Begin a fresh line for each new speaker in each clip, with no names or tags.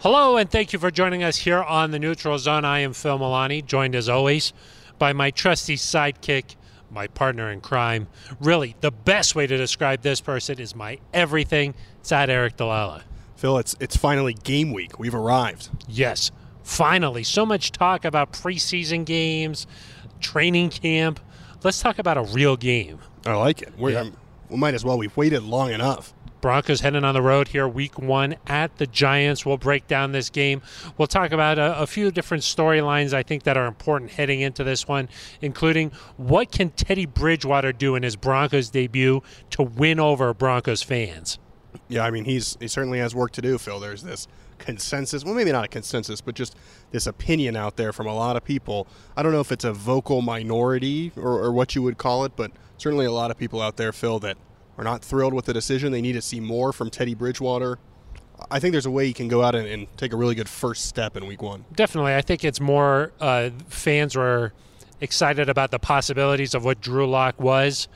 Hello, and thank you for joining us here on the Neutral Zone. I am Phil Milani, joined as always by my trusty sidekick, my partner in crime. Really, the best way to describe this person is my everything. It's at Eric Delala.
Phil, it's it's finally game week. We've arrived.
Yes, finally. So much talk about preseason games, training camp. Let's talk about a real game.
I like it. We're,
Yeah.
um, we might as well. We've waited long enough.
Broncos heading on the road here, week one at the Giants. We'll break down this game. We'll talk about a, a few different storylines I think that are important heading into this one, including what can Teddy Bridgewater do in his Broncos debut to win over Broncos fans?
Yeah, I mean he's he certainly has work to do. Phil, there's this consensus. Well, maybe not a consensus, but just this opinion out there from a lot of people. I don't know if it's a vocal minority or, or what you would call it, but certainly a lot of people out there, Phil, that are not thrilled with the decision. They need to see more from Teddy Bridgewater. I think there's a way he can go out and, and take a really good first step in week one.
Definitely. I think it's more uh, fans were excited about the possibilities of what Drew Lock was,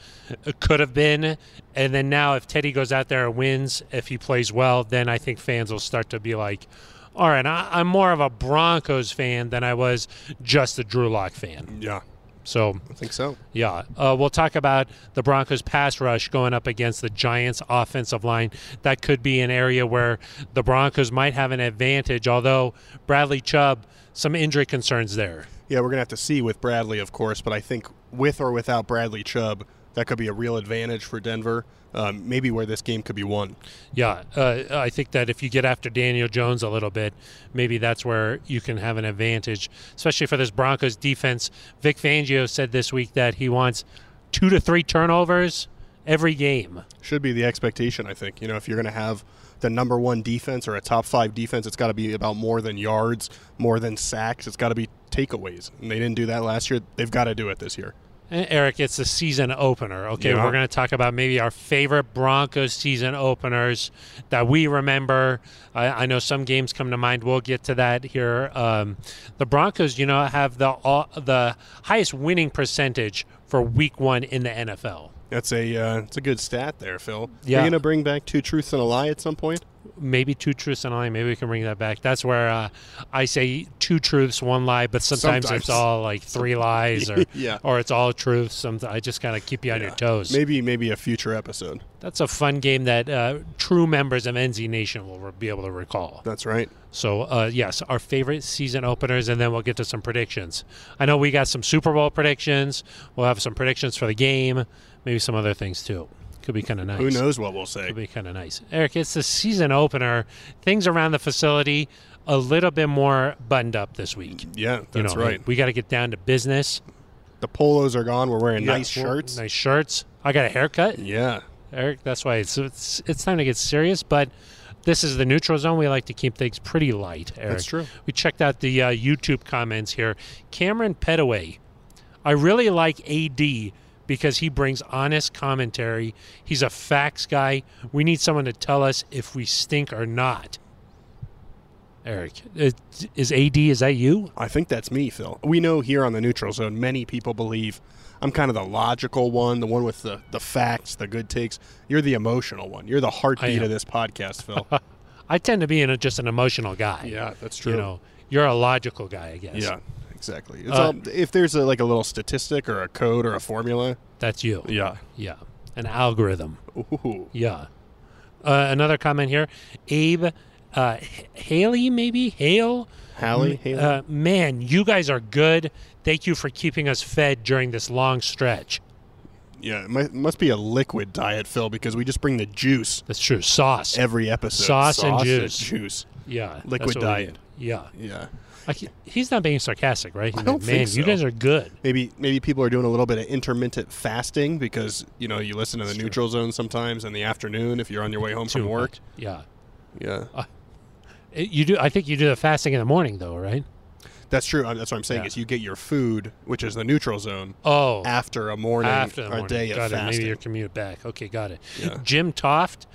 uh, could have been. And then now, if Teddy goes out there and wins, if he plays well, then I think fans will start to be like, all right, I- I'm more of a Broncos fan than I was just a Drew Lock fan.
Yeah,
So,
I think so.
yeah, uh, we'll talk about the Broncos' pass rush going up against the Giants' offensive line. That could be an area where the Broncos might have an advantage, although Bradley Chubb, some injury concerns there.
Yeah, we're gonna have to see with Bradley, of course, but I think with or without Bradley Chubb, that could be a real advantage for Denver. Um, maybe where this game could be won.
Yeah, uh, I think that if you get after Daniel Jones a little bit, maybe that's where you can have an advantage, especially for this Broncos defense. Vic Fangio said this week that he wants two to three turnovers every game.
Should be the expectation, I think. You know, if you're gonna have the number one defense or a top five defense, it's got to be about more than yards, more than sacks. It's got to be takeaways, and they didn't do that last year. They've got to do it this year.
Eh, Eric, it's the season opener. Okay,
Yeah.
we're going to talk about maybe our favorite Broncos season openers that we remember. I, I know some games come to mind. We'll get to that here. Um, the Broncos, you know, have the all, the highest winning percentage for Week One in the NFL.
That's a uh, it's a good stat there, Phil.
Yeah.
You're gonna bring back two truths and a lie at some point.
Maybe two truths and a lie. Maybe we can bring that back. That's where uh, I say two truths, one lie, but sometimes,
Sometimes.
it's all like three lies or
Yeah.
or it's all truths. Some I just kind of keep you on your toes.
Maybe maybe a future episode.
That's a fun game that uh, true members of NZ Nation will re- be able to recall.
That's right.
So, uh, yes, our favorite season openers, and then we'll get to some predictions. I know we got some Super Bowl predictions. We'll have some predictions for the game, maybe some other things too. Could be kind of nice.
Who knows what we'll say?
Could be kind of nice. Eric, it's the season opener. Things around the facility a little bit more buttoned up this week.
Yeah, that's
You know,
right.
We got to get down to business.
The polos are gone. We're wearing nice
Yeah,
shirts.
Nice shirts. I got a haircut.
Yeah.
Eric. That's why it's, it's it's time to get serious. But this is the neutral zone. We like to keep things pretty light. Eric.
That's true.
We checked out the uh, YouTube comments here. Cameron Petaway, I really like AD because he brings honest commentary. He's a facts guy. We need someone to tell us if we stink or not. Eric, it- is AD is that you?
I think that's me, Phil. We know here on the neutral zone, many people believe I'm kind of the logical one, the one with the, the facts, the good takes. You're the emotional one. You're the heartbeat
am.
of this podcast, Phil.
I tend to be in a, just an emotional guy.
yeah, that's true.
You know, you're a logical guy, I guess.
yeah, exactly. It's
Uh,
all, if there's a, like a little statistic or a code or a formula,
That's you.
yeah.
Yeah. An algorithm.
Ooh.
Yeah. Uh, another comment here. Abe uh, H- Haley, maybe? Hale?
Hallie, Haley.
Uh, man, you guys are good. Thank you for keeping us fed during this long stretch.
yeah, it must, must be a liquid diet, Phil, because we just bring the juice
That's true. Sauce.
every episode.
Sauce and juice.
juice.
yeah. that's
liquid
what we
diet.
do. Yeah.
Yeah.
Like, he- he's not being sarcastic, right? He's
I don't
like,
think
man, you
so.
guys are good.
maybe maybe people are doing a little bit of intermittent fasting because you know you listen to the neutral zone sometimes in the afternoon if you're on your way home from
Too
work.
much. Yeah.
Yeah,
It- you do. I think you do the fasting in the morning, though, right?
that's true. Uh, That's what I'm saying
Yeah.
is you get your food, which is the neutral zone,
Oh.
after a morning
after the
or
morning.
day of
got it.
fasting.
Maybe your commute back. Okay, got it.
Yeah.
Jim Toft,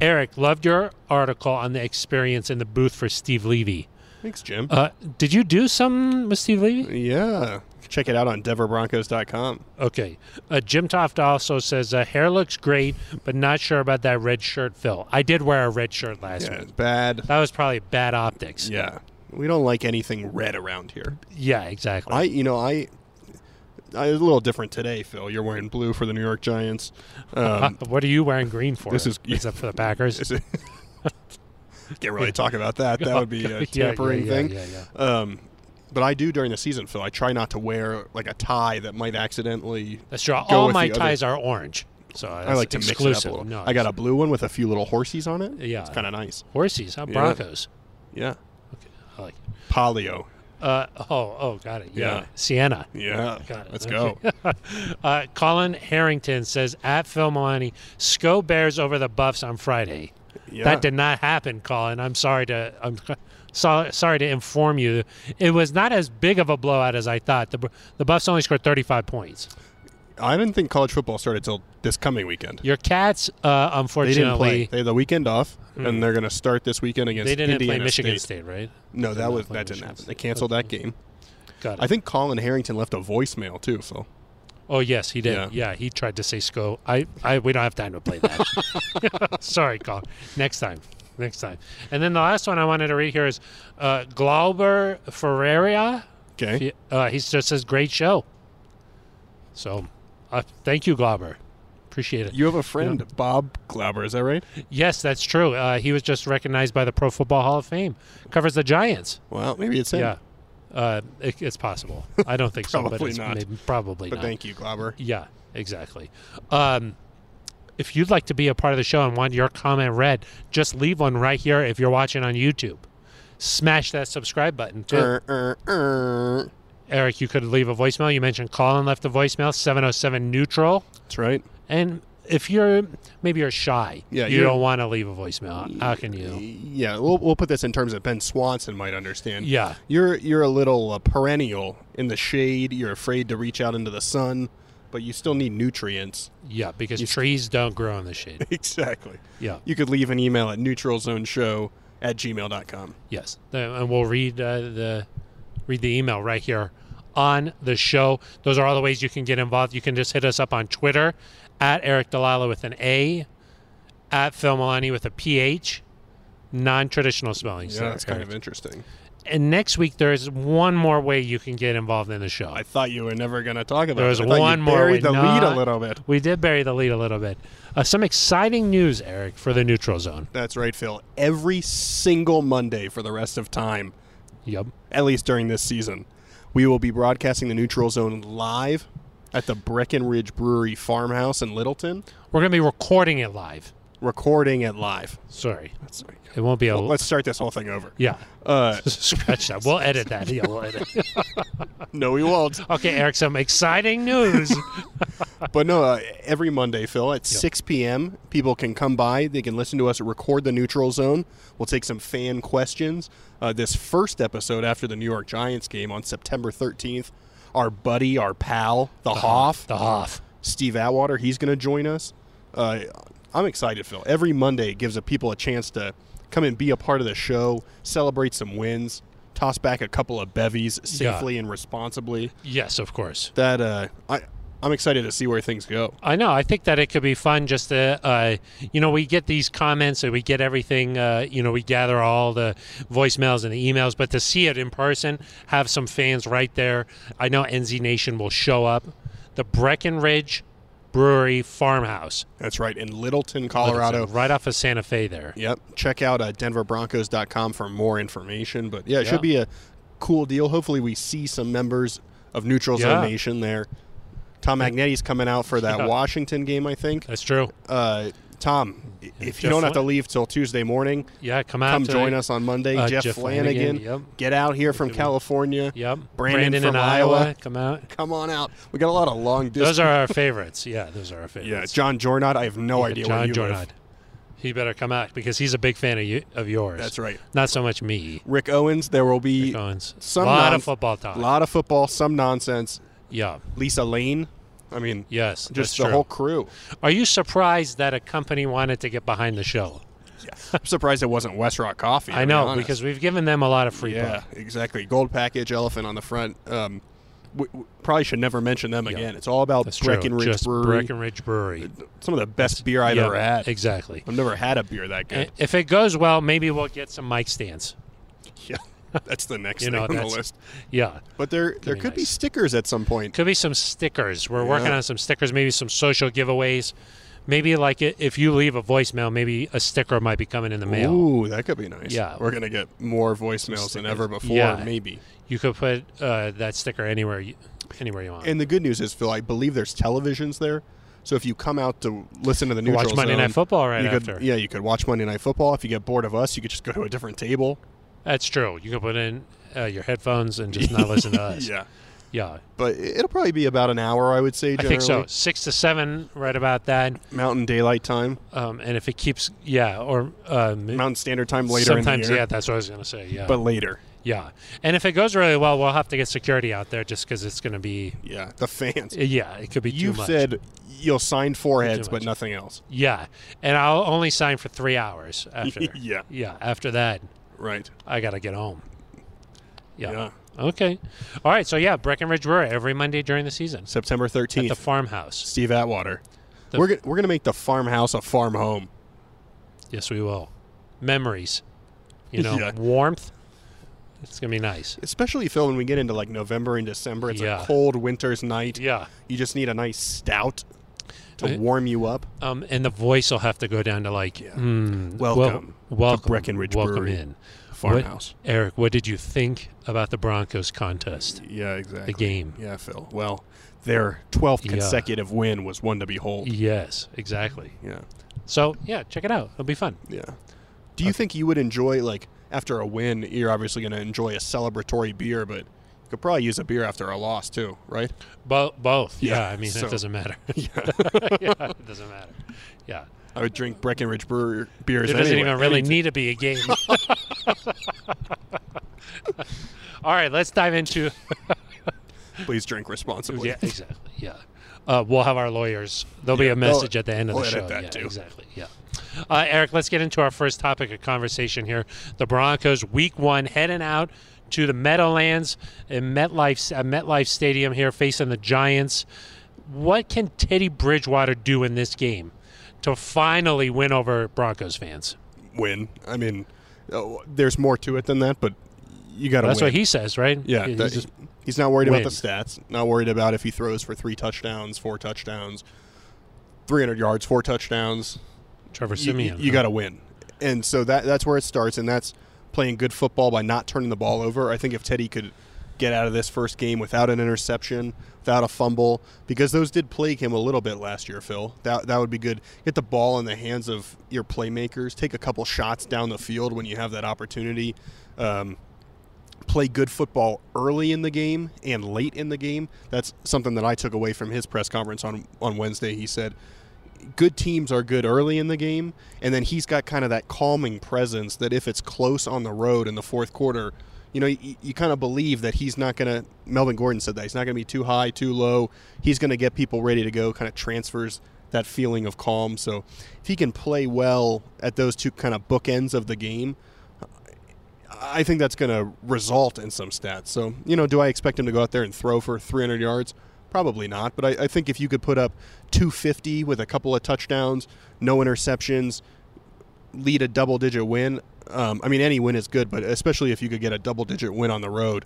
Eric loved your article on the experience in the booth for Steve Levy.
Thanks, Jim.
Uh, did you do some with Steve Levy?
yeah, Check it out on DeverBroncos.com.
Okay. Uh, Jim Toft also says uh, hair looks great, but not sure about that red shirt, Phil. I did wear a red shirt last
Yeah,
week.
bad.
That was probably bad optics.
Yeah, we don't like anything red around here.
Yeah, exactly.
I, you know, I, I was a little different today, Phil. You're wearing blue for the New York Giants. Um,
Uh, what are you wearing green for?
This is-
is that for the Packers?
is it- can't really talk about that. That would be
Yeah,
a
yeah,
tampering
yeah,
thing.
yeah, yeah.
Um, but I do during the season, Phil. I try not to wear like a tie that might accidentally.
That's true.
go
All
with
my
the other-
ties are orange, so
I like to
exclusive.
mix it up a little.
No,
I got a blue one with a few little horsies on it.
Yeah.
it's kind of nice.
horses, huh?
Yeah.
Broncos.
Yeah,
I like.
polio.
Uh, oh, oh, got it. Yeah,
Yeah.
Sienna.
Yeah,
Got it.
let's go.
Okay. uh, Colin Harrington says at Phil Milani, "Sco Bears over the Buffs on Friday."
Yeah.
That did not happen, Colin. I'm sorry to I'm so, sorry to inform you. It was not as big of a blowout as I thought. The the Buffs only scored 35 points.
I didn't think college football started till this coming weekend.
Your Cats, uh,
They
unfortunately,
didn't play. They had the weekend off, and they're going to start this weekend against.
Mm. they didn't
Indiana
play Michigan
State.
State, right?
No, that
not
was
play
that didn't
Michigan
happen. They
State.
canceled that game.
Got it.
I think Colin Harrington left a voicemail too, Phil.
Oh yes, he did.
Yeah.
Yeah, he tried to say "sco." I, I, we don't have time to play that. Sorry, Carl. Next time, next time. And then the last one I wanted to read here is uh, Glauber Ferreira.
Okay.
He, uh, he just says, "Great show." So, uh, thank you, Glauber. Appreciate it.
You have a friend, Bob Glauber, is that right?
yes, that's true. Uh, he was just recognized by the Pro Football Hall of Fame. Covers the Giants.
Well, maybe it's him.
Yeah, uh, it, it's possible. I don't think so, but
Probably
it's
not.
maybe- probably
But
not.
thank you, Glauber.
Yeah, exactly. Um, if you'd like to be a part of the show and want your comment read, just leave one right here if you're watching on YouTube. Smash that subscribe button too.
Er, er, er.
Eric, you could leave a voicemail. You mentioned Colin left a voicemail, 707 neutral.
That's right.
And if you're maybe you're shy,
Yeah,
you
you're-
don't want to leave a voicemail. How can you?
Yeah, we'll, we'll put this in terms that Ben Swanson might understand.
Yeah.
You're you're a little uh, perennial in the shade. You're afraid to reach out into the sun, but you still need nutrients.
Yeah, because trees don't grow in the shade.
Exactly.
Yeah.
You could leave an email at neutralzoneshow at gmail.com.
Yes, The- and we'll read uh, the read the email right here on the show. Those are all the ways you can get involved. You can just hit us up on Twitter at Eric Delila with an A, at Phil Milani with a PH, non-traditional spelling.
Yeah, that's kind of interesting.
And next week there is one more way you can get involved in the show.
I thought you were never going to talk about
there was
it. I thought you
one more. way.
buried the lead a
Not-
little bit.
We did bury the lead a little bit. Uh, some exciting news, Eric, for the neutral zone.
That's right, Phil. Every single Monday for the rest of time,
Yep.
at least during this season, we will be broadcasting the Neutral Zone live at the Breckenridge Brewery Farmhouse in Littleton,
We're going to be recording it live.
recording it live.
Sorry.
That's right.
It won't be a.
Let's start this whole thing over.
yeah.
Uh,
Scratch that. We'll edit that. Yeah, we'll edit.
no, we won't.
Okay, Eric, some exciting news.
But no, uh, every Monday, Phil, at 6 p.m., people can come by. They can listen to us record the neutral zone. We'll take some fan questions. Uh, this first episode after the New York Giants game on September 13th, our buddy, our pal, the, Hoff,
the Hoff.
Steve Atwater, he's going to join us. Uh, I'm excited, Phil. Every Monday gives the people a chance to come and be a part of the show, celebrate some wins, toss back a couple of bevies safely and responsibly.
Yes, of course.
That uh, I, I'm excited to see where things go.
I know. I think that it could be fun just to, uh, you know, we get these comments and we get everything, uh, you know, we gather all the voicemails and the emails, but to see it in person, have some fans right there. I know NZ Nation will show up. The Breckenridge Brewery Farmhouse,
That's right, in Littleton, Colorado.
right off of Santa Fe there.
Yep. Check out uh, denverbroncos.com for more information. But yeah, it
Yeah.
should be a cool deal. Hopefully, we see some members of Neutral Zone
Yeah.
Nation there. Tom Magnetti's coming out for that
Yeah.
Washington game, I think.
That's true.
Uh, Tom, i- if you
Jeff
don't have to
Flan-
leave till Tuesday morning,
Yeah, come out.
come
tonight.
join us on Monday.
Uh,
Jeff,
Jeff
Flanagan,
Flanagan, yep.
get out here from California.
Yep.
Brandon
in
from Iowa.
Come out.
Come on out. We got a lot of long distance.
Those are our favorites. Yeah, those are our
yeah,
favorites.
John Jornot. I have no idea where
John
you
Jordan.
live.
He better come out because he's a big fan of you of yours.
That's right.
Not so much me.
Rick Owens. There will be a
Owens.
some
lot
non-
of football talk.
lot of football, some nonsense.
yeah.
Lisa Lane. I mean,
Yes.
just
that's
the
true.
whole crew.
Are you surprised that a company wanted to get behind the show?
I'm surprised it wasn't West Rock Coffee. to
I
be
know
honest.
because we've given them a lot of free.
yeah,
play.
exactly. Gold package, elephant on the front. Um, we, we probably should never mention them again. It's all about
That's
Breckenridge
true. Just
Brewery.
Breckenridge Brewery.
Some of the best beer I've
Yeah, Eh.
ever had.
Exactly.
I've never had a beer that good.
And If it goes well, maybe we'll get some mic stands.
yeah, that's the next
You
thing
know,
on the
that's-
list.
Yeah.
But there there
be
could be
nice.
stickers at some point.
Could be some stickers. We're working
Yeah.
on some stickers, maybe some social giveaways. Maybe like i- if you leave a voicemail, maybe a sticker might be coming in the mail.
Ooh, that could be nice.
Yeah.
we're gonna get more voicemails than ever before.
Yeah.
Maybe.
You could put uh, that sticker anywhere you, anywhere you want.
And the good news is, Phil, I believe there's televisions there. So if you come out to listen to the neutral
Watch Monday
zone,
Night Football right
you could,
after.
Yeah, you could watch Monday Night Football. If you get bored of us, you could just go to a different table.
That's true. You can put in uh, your headphones and just not listen to us.
yeah,
Yeah.
but it- it'll probably be about an hour, I would say.
I
Generally.
think so. Six to seven, right about that.
Mountain Daylight Time,
Um, and if it keeps, yeah, or um,
Mountain Standard Time later in
sometimes,
the year,
yeah, that's what I was gonna say. Yeah,
but later.
yeah. And if it goes really well, we'll have to get security out there just because it's gonna be,
Yeah, the fans.
yeah, it could be
You've
too much.
said you'll sign foreheads,
Too
but
much.
nothing else.
yeah, and I'll only sign for three hours after.
Yeah.
yeah. After that,
Right.
I gotta get home. Yeah.
Yeah.
Okay. All right. So yeah, Breckenridge Brewery every Monday during the season
September
at the
thirteenth.
farmhouse.
Steve Atwater.
The-
we're gonna, we're gonna make the farmhouse a farm home.
Yes, we will. Memories. You know,
Yeah.
warmth. It's gonna be nice.
Especially Phil, when we get into like November and December, it's
Yeah.
a cold winter's night.
Yeah.
You just need a nice stout to
Right.
warm you up.
Um, and the voice will have to go down to like, mm, wel-
Welcome
welcome,
Breckenridge
welcome
Brewery
in.
Farmhouse.
What, Eric, what did you think about the Broncos contest?
Yeah, exactly.
game.
Yeah, Phil. Well, their twelfth
Yeah.
consecutive win was one to behold.
Yes, exactly.
Yeah.
So yeah, check it out. It'll be fun.
Yeah. Do you think you would enjoy like after a win, you're obviously gonna enjoy a celebratory beer, but you could probably use a beer after a loss too, right?
Bo- both. Yeah.
Yeah,
I mean,
so-
it doesn't matter.
Yeah.
yeah, it doesn't matter. Yeah.
I would drink Breckenridge brewer beers.
There doesn't
anyway.
even really
Anything.
need to be a game. All right, let's dive into.
Please drink responsibly.
Yeah, exactly. Yeah. Uh, we'll have our lawyers. There'll be a
they'll-
message at the end of the
I'll
show.
edit that
yeah,
too.
exactly. Yeah. Uh, Eric, let's get into our first topic of conversation here. The Broncos, Week One, heading out to the Meadowlands in MetLife at MetLife Stadium here, facing the Giants. What can Teddy Bridgewater do in this game to finally win over Broncos fans?
Win. I mean, oh, there's more to it than that, but you got to.
That's
win.
what he says, right?
Yeah,
He's
that-
just-
he's not worried
win.
about the stats. Not worried about if he throws for three touchdowns, four touchdowns, 300 yards, four touchdowns.
Trevor
You,
Simeon.
got to win, and so that that's where it starts, and that's playing good football by not turning the ball over. I think if Teddy could get out of this first game without an interception, without a fumble, because those did plague him a little bit last year, Phil. That that would be good. Get the ball in the hands of your playmakers. Take a couple shots down the field when you have that opportunity. Um, play good football early in the game and late in the game. That's something that I took away from his press conference on on Wednesday. He said good teams are good early in the game and then he's got kind of that calming presence that if it's close on the road in the fourth quarter, you know, you, you kind of believe that he's not going to Melvin Gordon said that he's not going to be too high, too low. He's going to get people ready to go, kind of transfers that feeling of calm. So if he can play well at those two kind of bookends of the game, I think that's going to result in some stats. So, you know, do I expect him to go out there and throw for 300 yards? Probably not. But I, I think if you could put up 250 with a couple of touchdowns, no interceptions, lead a double digit win, um, I mean, any win is good, but especially if you could get a double digit win on the road,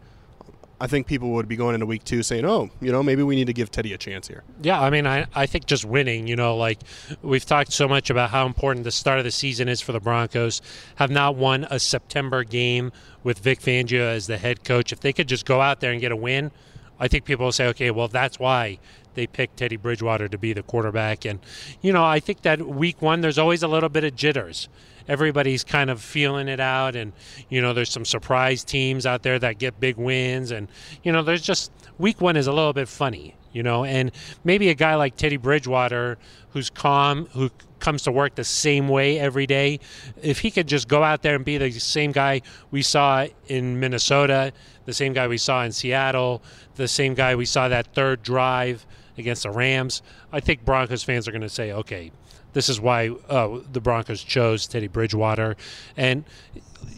I think people would be going into week two saying, oh, you know, maybe we need to give Teddy a chance here.
Yeah, I mean, I, I think just winning, you know, like we've talked so much about how important the start of the season is for the Broncos. Have not won a September game with Vic Fangio as the head coach. If they could just go out there and get a win, I think people will say, okay, well, that's why they picked Teddy Bridgewater to be the quarterback. And, you know, I think that week one, there's always a little bit of jitters. Everybody's kind of feeling it out. And, you know, there's some surprise teams out there that get big wins. And, you know, there's just week one is a little bit funny you know and maybe a guy like teddy bridgewater who's calm who c- comes to work the same way every day if he could just go out there and be the same guy we saw in minnesota the same guy we saw in seattle the same guy we saw that third drive against the Rams. I think Broncos fans are going to say, okay, this is why uh, the Broncos chose Teddy Bridgewater. And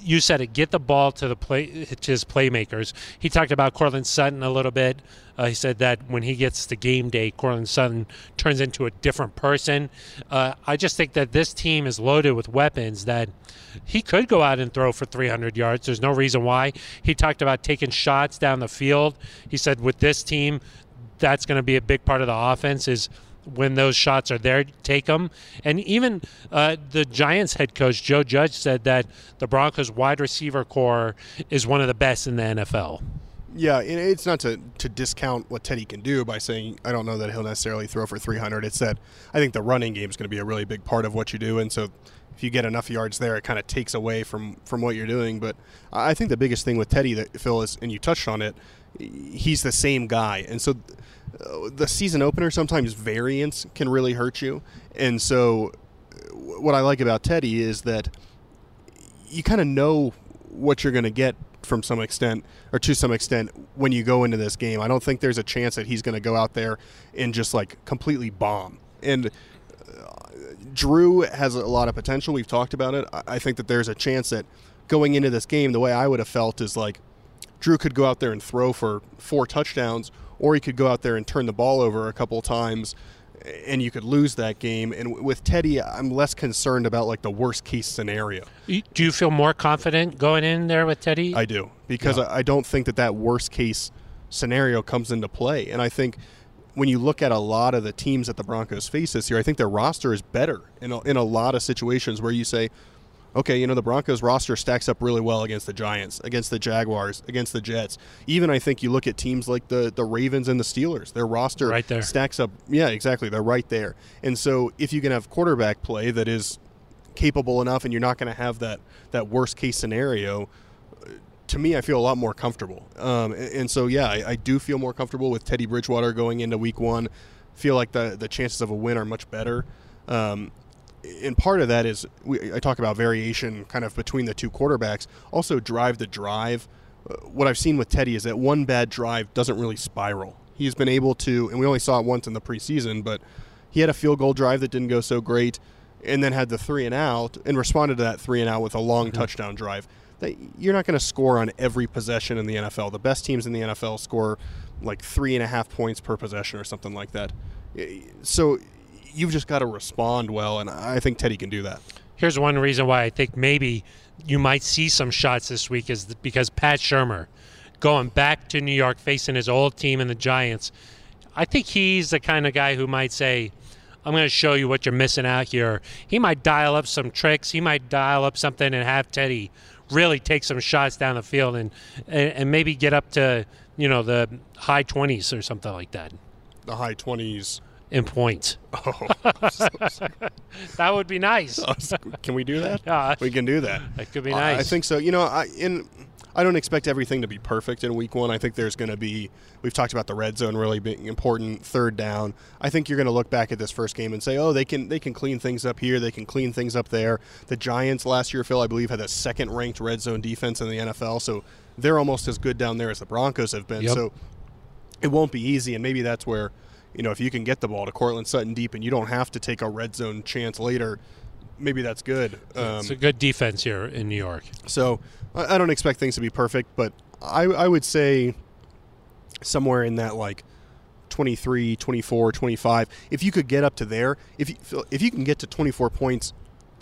you said it, get the ball to the play to his playmakers. He talked about Cortland Sutton a little bit. Uh, he said that when he gets to game day, Cortland Sutton turns into a different person. Uh, I just think that this team is loaded with weapons that he could go out and throw for 300 yards. There's no reason why. He talked about taking shots down the field. He said with this team, that's going to be a big part of the offense is when those shots are there, take them. And even uh, the Giants head coach, Joe Judge, said that the Broncos wide receiver core is one of the best in the NFL.
Yeah, and it's not to, to discount what Teddy can do by saying, I don't know that he'll necessarily throw for 300. It's that I think the running game is going to be a really big part of what you do. And so if you get enough yards there, it kind of takes away from, from what you're doing. But I think the biggest thing with Teddy, that Phil, is, and you touched on it, he's the same guy. And so uh, the season opener sometimes variance can really hurt you and so uh, what i like about teddy is that you kind of know what you're going to get from some extent or to some extent when you go into this game i don't think there's a chance that he's going to go out there and just like completely bomb and uh, drew has a lot of potential we've talked about it i think that there's a chance that going into this game the way i would have felt is like drew could go out there and throw for four touchdowns or he could go out there and turn the ball over a couple times and you could lose that game and with teddy i'm less concerned about like the worst case scenario
do you feel more confident going in there with teddy
i do because yeah. i don't think that that worst case scenario comes into play and i think when you look at a lot of the teams that the broncos face this year i think their roster is better in a, in a lot of situations where you say okay, you know, the Broncos roster stacks up really well against the Giants, against the Jaguars, against the Jets. Even I think you look at teams like the the Ravens and the Steelers. Their roster
right there.
stacks up. Yeah, exactly. They're right there. And so if you can have quarterback play that is capable enough and you're not going to have that that worst case scenario, uh, to me, I feel a lot more comfortable. Um, and, and, so, yeah, I, I do feel more comfortable with Teddy Bridgewater going into week one. Feel like the, the chances of a win are much better. Um, and part of that is we, I talk about variation kind of between the two quarterbacks. Also, drive to drive. Uh, What I've seen with Teddy is that one bad drive doesn't really spiral. He's been able to, and we only saw it once in the preseason, but he had a field goal drive that didn't go so great, and then had the three and out, and responded to that three and out with a long mm-hmm. touchdown drive. That you're not going to score on every possession in the NFL. The best teams in the NFL score like three and a half points per possession or something like that. So you've just got to respond well, and I think Teddy can do that.
Here's one reason why I think maybe you might see some shots this week is because Pat Shermer going back to New York facing his old team in the Giants. I think he's the kind of guy who might say, I'm going to show you what you're missing out here. He might dial up some tricks. He might dial up something and have Teddy really take some shots down the field and, and, and maybe get up to, you know, the high 20s or something like that.
The high 20s
in points.
Oh,
so that would be nice.
can we do that? Uh, we can do that.
That could be nice.
Uh, I think so. You know, I in I don't expect everything to be perfect in week one. I think there's going to be we've talked about the red zone really being important, third down. I think you're going to look back at this first game and say, oh, they can they can clean things up here, they can clean things up there. The Giants last year, Phil, I believe, had the second ranked red zone defense in the NFL, so they're almost as good down there as the Broncos have been. Yep. So it won't be easy, and maybe that's where you know, if you can get the ball to Cortland Sutton deep and you don't have to take a red zone chance later, maybe that's good.
Um, it's a good defense here in New York.
So I don't expect things to be perfect, but I, I would say somewhere in that like 23, 24, 25. If you could get up to there, if you, if you can get to 24 points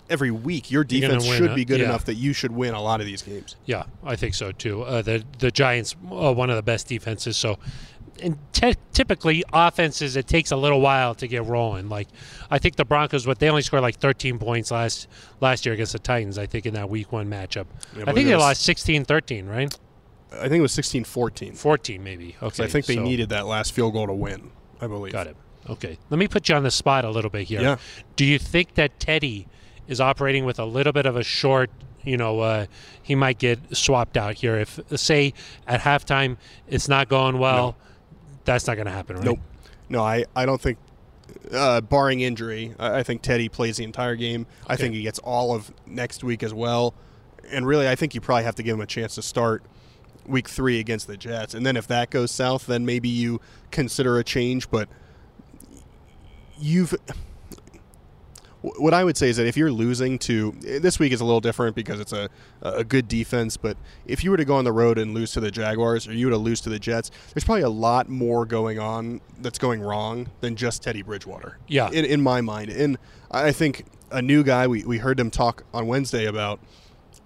every week, your defense should
a,
be good
yeah.
enough that you should win a lot of these games.
Yeah, I think so too. Uh, the the Giants, uh, one of the best defenses, so and t- typically offenses it takes a little while to get rolling. Like I think the Broncos, what they only scored like 13 points last last year against the Titans. I think in that Week One matchup, yeah, I think they lost 16-13, right?
I think it was 16-14.
14 maybe. Okay,
I think they so. needed that last field goal to win. I believe.
Got it. Okay, let me put you on the spot a little bit here.
Yeah.
Do you think that Teddy is operating with a little bit of a short you know uh, he might get swapped out here if say at halftime it's not going well no. that's not going to happen right
nope no i, I don't think uh, barring injury I, I, think teddy plays the entire game okay. i think he gets all of next week as well and really i think you probably have to give him a chance to start week three against the jets and then if that goes south then maybe you consider a change but you've what I would say is that if you're losing to eh, this week is a little different because it's a a good defense, but if you were to go on the road and lose to the Jaguars or you were to lose to the Jets, there's probably a lot more going on that's going wrong than just Teddy Bridgewater.
Yeah.
in, in my mind, and I think a new guy we we heard him talk on Wednesday about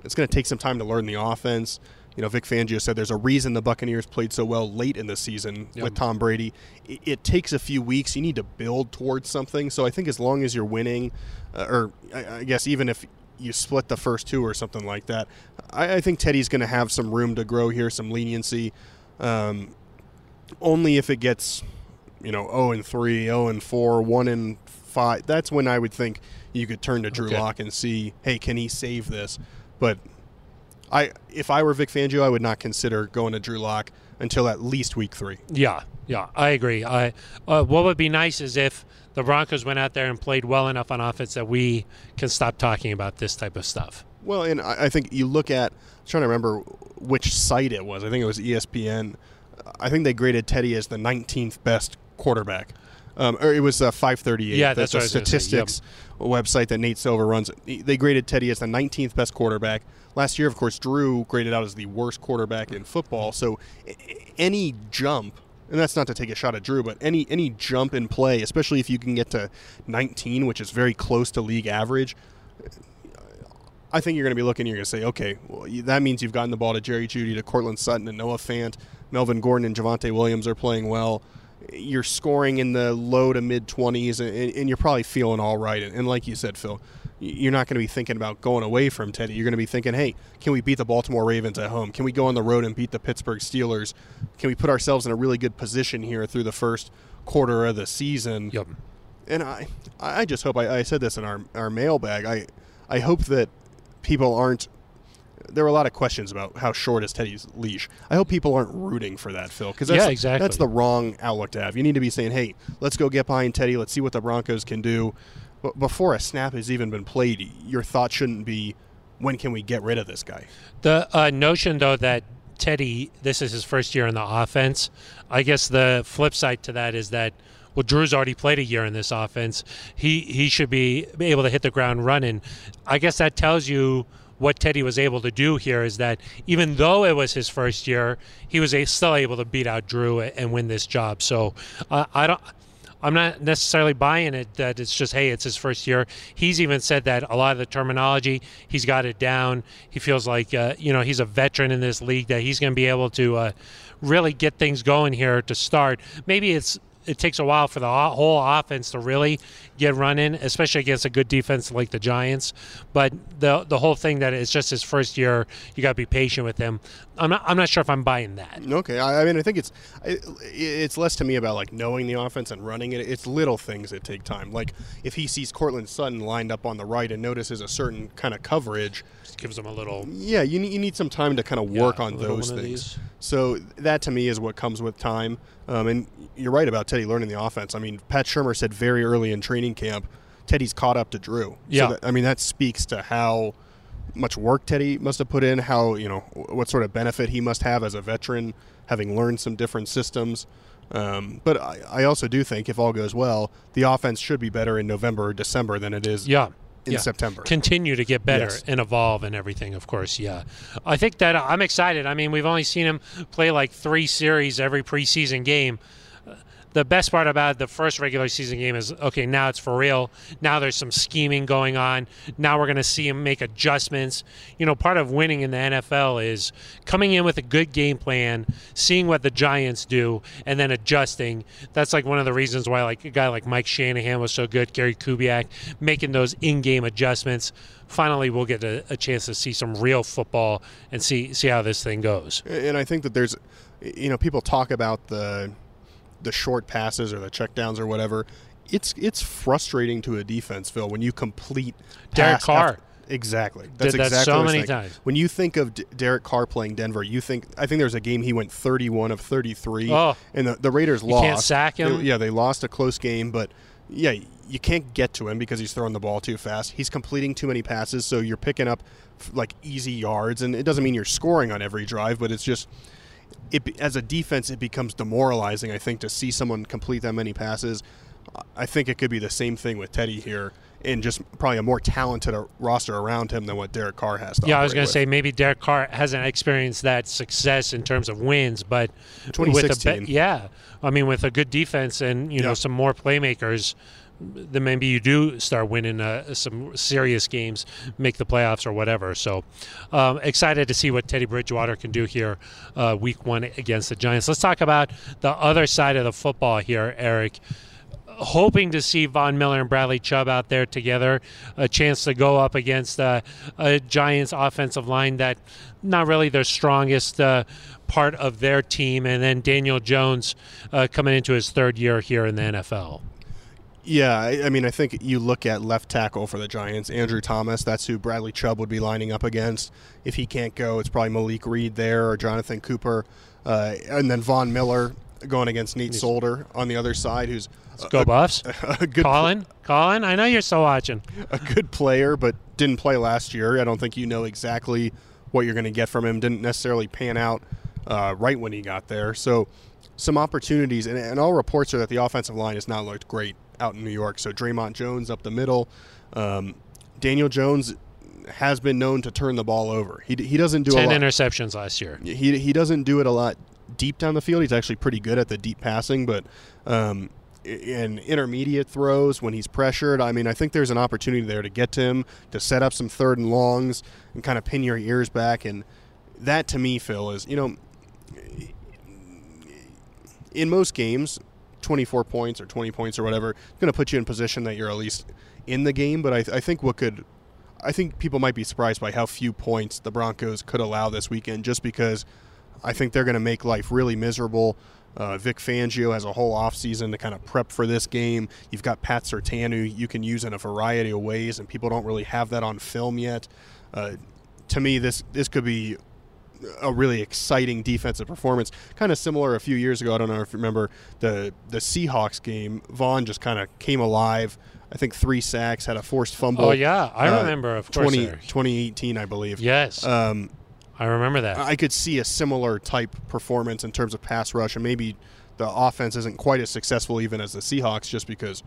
it's going to take some time to learn the offense. You know, Vic Fangio said there's a reason the Buccaneers played so well late in the season
Yeah.
with Tom Brady. It, it takes a few weeks. You need to build towards something. So I think as long as you're winning, uh, or I, I guess even if you split the first two or something like that, I, I think Teddy's going to have some room to grow here, some leniency. Um, only if it gets, you know, 0 and 3, 0 and 4, 1 and 5. That's when I would think you could turn to Drew
Okay.
Lock and see, hey, can he save this? But I, if I were Vic Fangio, I would not consider going to Drew Lock until at least week three.
Yeah, yeah, I agree. I uh, what would be nice is if the Broncos went out there and played well enough on offense that we can stop talking about this type of stuff.
Well, and I, I think you look at I'm trying to remember which site it was. I think it was E ESPN. I think they graded Teddy as the 19th best quarterback. Um, or it was uh, 538.
Yeah, that's what I was gonna say,
statistics website that Nate Silver runs. They graded Teddy as the 19th best quarterback. Last year, of course, Drew graded out as the worst quarterback in football. So a- a- any jump, and that's not to take a shot at Drew, but any any jump in play, especially if you can get to 19, which is very close to league average, I think you're going to be looking. You're going to say, okay, well, you- that means you've gotten the ball to Jerry Judy, to Cortland Sutton, and Noah Fant. Melvin Gordon and Javante Williams are playing well. You're scoring in the low to mid 20s, and, and you're probably feeling all right. And, and like you said, Phil, y- you're not going to be thinking about going away from Teddy. You're going to be thinking, hey, can we beat the Baltimore Ravens at home? Can we go on the road and beat the Pittsburgh Steelers? Can we put ourselves in a really good position here through the first quarter of the season?
Yep.
and I, I just hope I, I said this in our our mailbag. I, I hope that people aren't. There were a lot of questions about how short is Teddy's leash. I hope people aren't rooting for that, Phil, because that's,
Yeah, exactly.
that's the wrong outlook to have. You need to be saying, "Hey, let's go get behind Teddy. Let's see what the Broncos can do." But before a snap has even been played, your thought shouldn't be, "When can we get rid of this guy?"
The uh, notion, though, that Teddy, this is his first year in the offense. I guess the flip side to that is that well, Drew's already played a year in this offense. He he should be able to hit the ground running. I guess that tells you what Teddy was able to do here is that even though it was his first year, he was a, still able to beat out Drew a- and win this job. So uh, I don't. I'm not necessarily buying it that it's just hey, it's his first year. He's even said that a lot of the terminology he's got it down. He feels like uh, you know he's a veteran in this league that he's going to be able to uh, really get things going here to start. Maybe it's it takes a while for the o- whole offense to really get running, especially against a good defense like the Giants. But the the whole thing that it's just his first year, you got to be patient with him. I'm not I'm not sure if I'm buying that.
Okay, I, I mean, I think it's I- it's less to me about like knowing the offense and running it. It's little things that take time. Like if he sees Cortland Sutton lined up on the right and notices a certain kind of coverage,
Just gives him a little
yeah, you need, you need some time to kind of work
Yeah,
on
a little
those
one of
things.
these.
So that to me is what comes with time. Um, and you're right about Teddy learning the offense. I mean, Pat Shermer said very early in training camp, Teddy's caught up to Drew. So
Yeah.
that- I mean, that speaks to how much work Teddy must have put in, how, you know, what sort of benefit he must have as a veteran, having learned some different systems. Um, but I, I also do think if all goes well, the offense should be better in November or December than it is
yeah
in
yeah.
September.
continue to get better
Yes.
and evolve and everything of course yeah i think that uh, i'm excited i mean we've only seen him play like three series every preseason game the best part about the first regular season game is okay now it's for real now there's some scheming going on now we're going to see him make adjustments you know part of winning in the nfl is coming in with a good game plan seeing what the giants do and then adjusting that's like one of the reasons why like a guy like mike shanahan was so good gary kubiak making those in-game adjustments finally we'll get a, a chance to see some real football and see see how this thing goes
And I think that there's, you know, people talk about the the short passes or the checkdowns or whatever. It's it's frustrating to a defense, Phil, when you complete
Derek
pass
Carr.
after- exactly.
that so
what I was
many
thinking.
times.
When you think of D- Derek Carr playing Denver, you think I think there was a game he went 31 of 33,
Oh.
and the, the Raiders
You
lost.
can't sack him?
They- yeah, they lost a close game, but yeah, you can't get to him because he's throwing the ball too fast. He's completing too many passes, so you're picking up f- like easy yards, and it doesn't mean you're scoring on every drive, but it's just it be- as a defense, it becomes demoralizing. I think to see someone complete that many passes. I think it could be the same thing with Teddy here, and just probably a more talented uh, roster around him than what Derek Carr has. To
Yeah, I was
going
going to say maybe Derek Carr hasn't experienced that success in terms of wins, but with a
2016.
be- yeah, I mean with a good defense and you know
Yeah.
some more playmakers, then maybe you do start winning uh, some serious games, make the playoffs or whatever. So um, excited to see what Teddy Bridgewater can do here, uh, Week One against the Giants. Let's talk about the other side of the football here, Eric hoping to see Von Miller and Bradley Chubb out there together, a chance to go up against uh, a Giants offensive line that not really their strongest uh, part of their team, and then Daniel Jones uh, coming into his third year here in the NFL.
Yeah, I, I mean, I think you look at left tackle for the Giants, Andrew Thomas. That's who Bradley Chubb would be lining up against. If he can't go, it's probably Malik Reed there or Jonathan Cooper, uh, and then Von Miller going against Nate Solder on the other side, who's a,
Go Buffs,
a, a good
Colin, Colin. I know you're still watching.
a good player, but didn't play last year. I don't think you know exactly what you're going to get from him. Didn't necessarily pan out uh, right when he got there. So some opportunities, and, and all reports are that the offensive line has not looked great out in New York. So Draymond Jones up the middle. Um, Daniel Jones has been known to turn the ball over. He, he doesn't do a
Ten
lot
interceptions last year.
he he doesn't do it a lot deep down the field. He's actually pretty good at the deep passing, but um, i- in intermediate throws when he's pressured, I mean, I think there's an opportunity there to get to him to set up some third and longs and kind of pin your ears back. And that to me, Phil, is you know, in most games. 24 points or 20 points or whatever going to put you in position that you're at least in the game but I, th- I think what could I think people might be surprised by how few points the Broncos could allow this weekend just because I think they're going to make life really miserable. Uh, Vic Fangio has a whole offseason to kind of prep for this game. You've got Pat Sertan, who you can use in a variety of ways, and people don't really have that on film yet. Uh, to me, this, this could be a really exciting defensive performance. Kind of similar a few years ago. I don't know if you remember the the Seahawks game. Vaughn just kind of came alive. I think three sacks, had a forced fumble.
Oh yeah, I
Uh,
remember. Of course,
20,
Eric.
2018, I believe.
Yes,
Um,
I remember that.
I could see a similar type performance in terms of pass rush, and maybe the offense isn't quite as successful even as the Seahawks, just because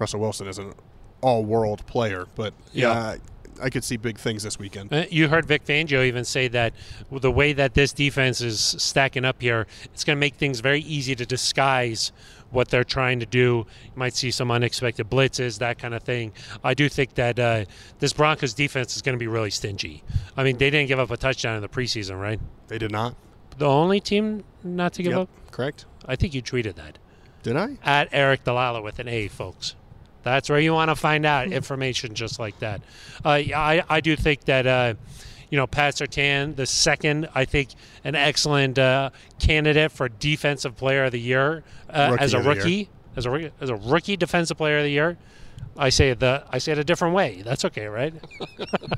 Russell Wilson is an all-world player. But yeah,
Yeah.
I, I could see big things this weekend.
Uh, You heard Vic Fangio even say that the way that this defense is stacking up here, it's going to make things very easy to disguise what they're trying to do. You might see some unexpected blitzes, that kind of thing. I do think that uh, this Broncos defense is going to be really stingy. I mean, they didn't give up a touchdown in the preseason, right?
They did not.
The only team not to give
Yep,
up.
correct.
I think you tweeted that
Did I?
at Eric Delala with an A, folks. That's where you want to find
Hmm.
out information just like that. Uh, yeah, I, I do think that, uh, you know, Pat Sertan, the second, I think, an excellent uh, candidate for Defensive Player of the Year uh,
Rookie
as a
of the year.
rookie, as a rookie, as a rookie Defensive Player of the Year. I say it the I say it a different way. That's okay, right?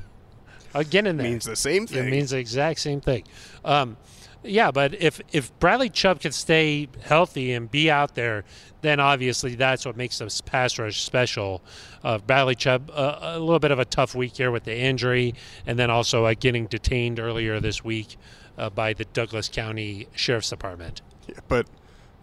Again, in there
Means the same thing.
it means the exact same thing. Um, yeah, but if if Bradley Chubb can stay healthy and be out there, then obviously that's what makes this pass rush special. Uh, Bradley Chubb, uh, a little bit of a tough week here with the injury, and then also uh, getting detained earlier this week uh, by the Douglas County Sheriff's Department.
but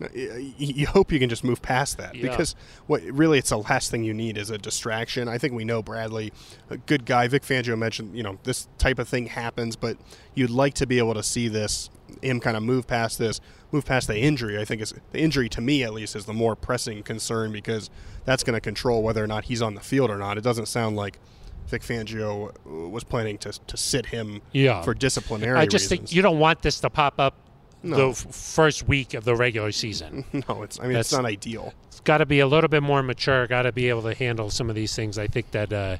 uh, y- y- you hope you can just move past that
Yeah.
because what really it's the last thing you need is a distraction. I think we know Bradley, a good guy. Vic Fangio mentioned you know this type of thing happens, but you'd like to be able to see this him kind of move past this, move past the injury. I think is the injury to me at least is the more pressing concern because that's going to control whether or not he's on the field or not. It doesn't sound like. Vic Fangio uh, was planning to, to sit him
Yeah.
for disciplinary
I just
reasons.
think you don't want this to pop up the
No.
f- first week of the regular season.
no, it's I mean it's
That's-
not ideal.
it's got to be a little bit more mature. Got to be able to handle some of these things. I think that uh,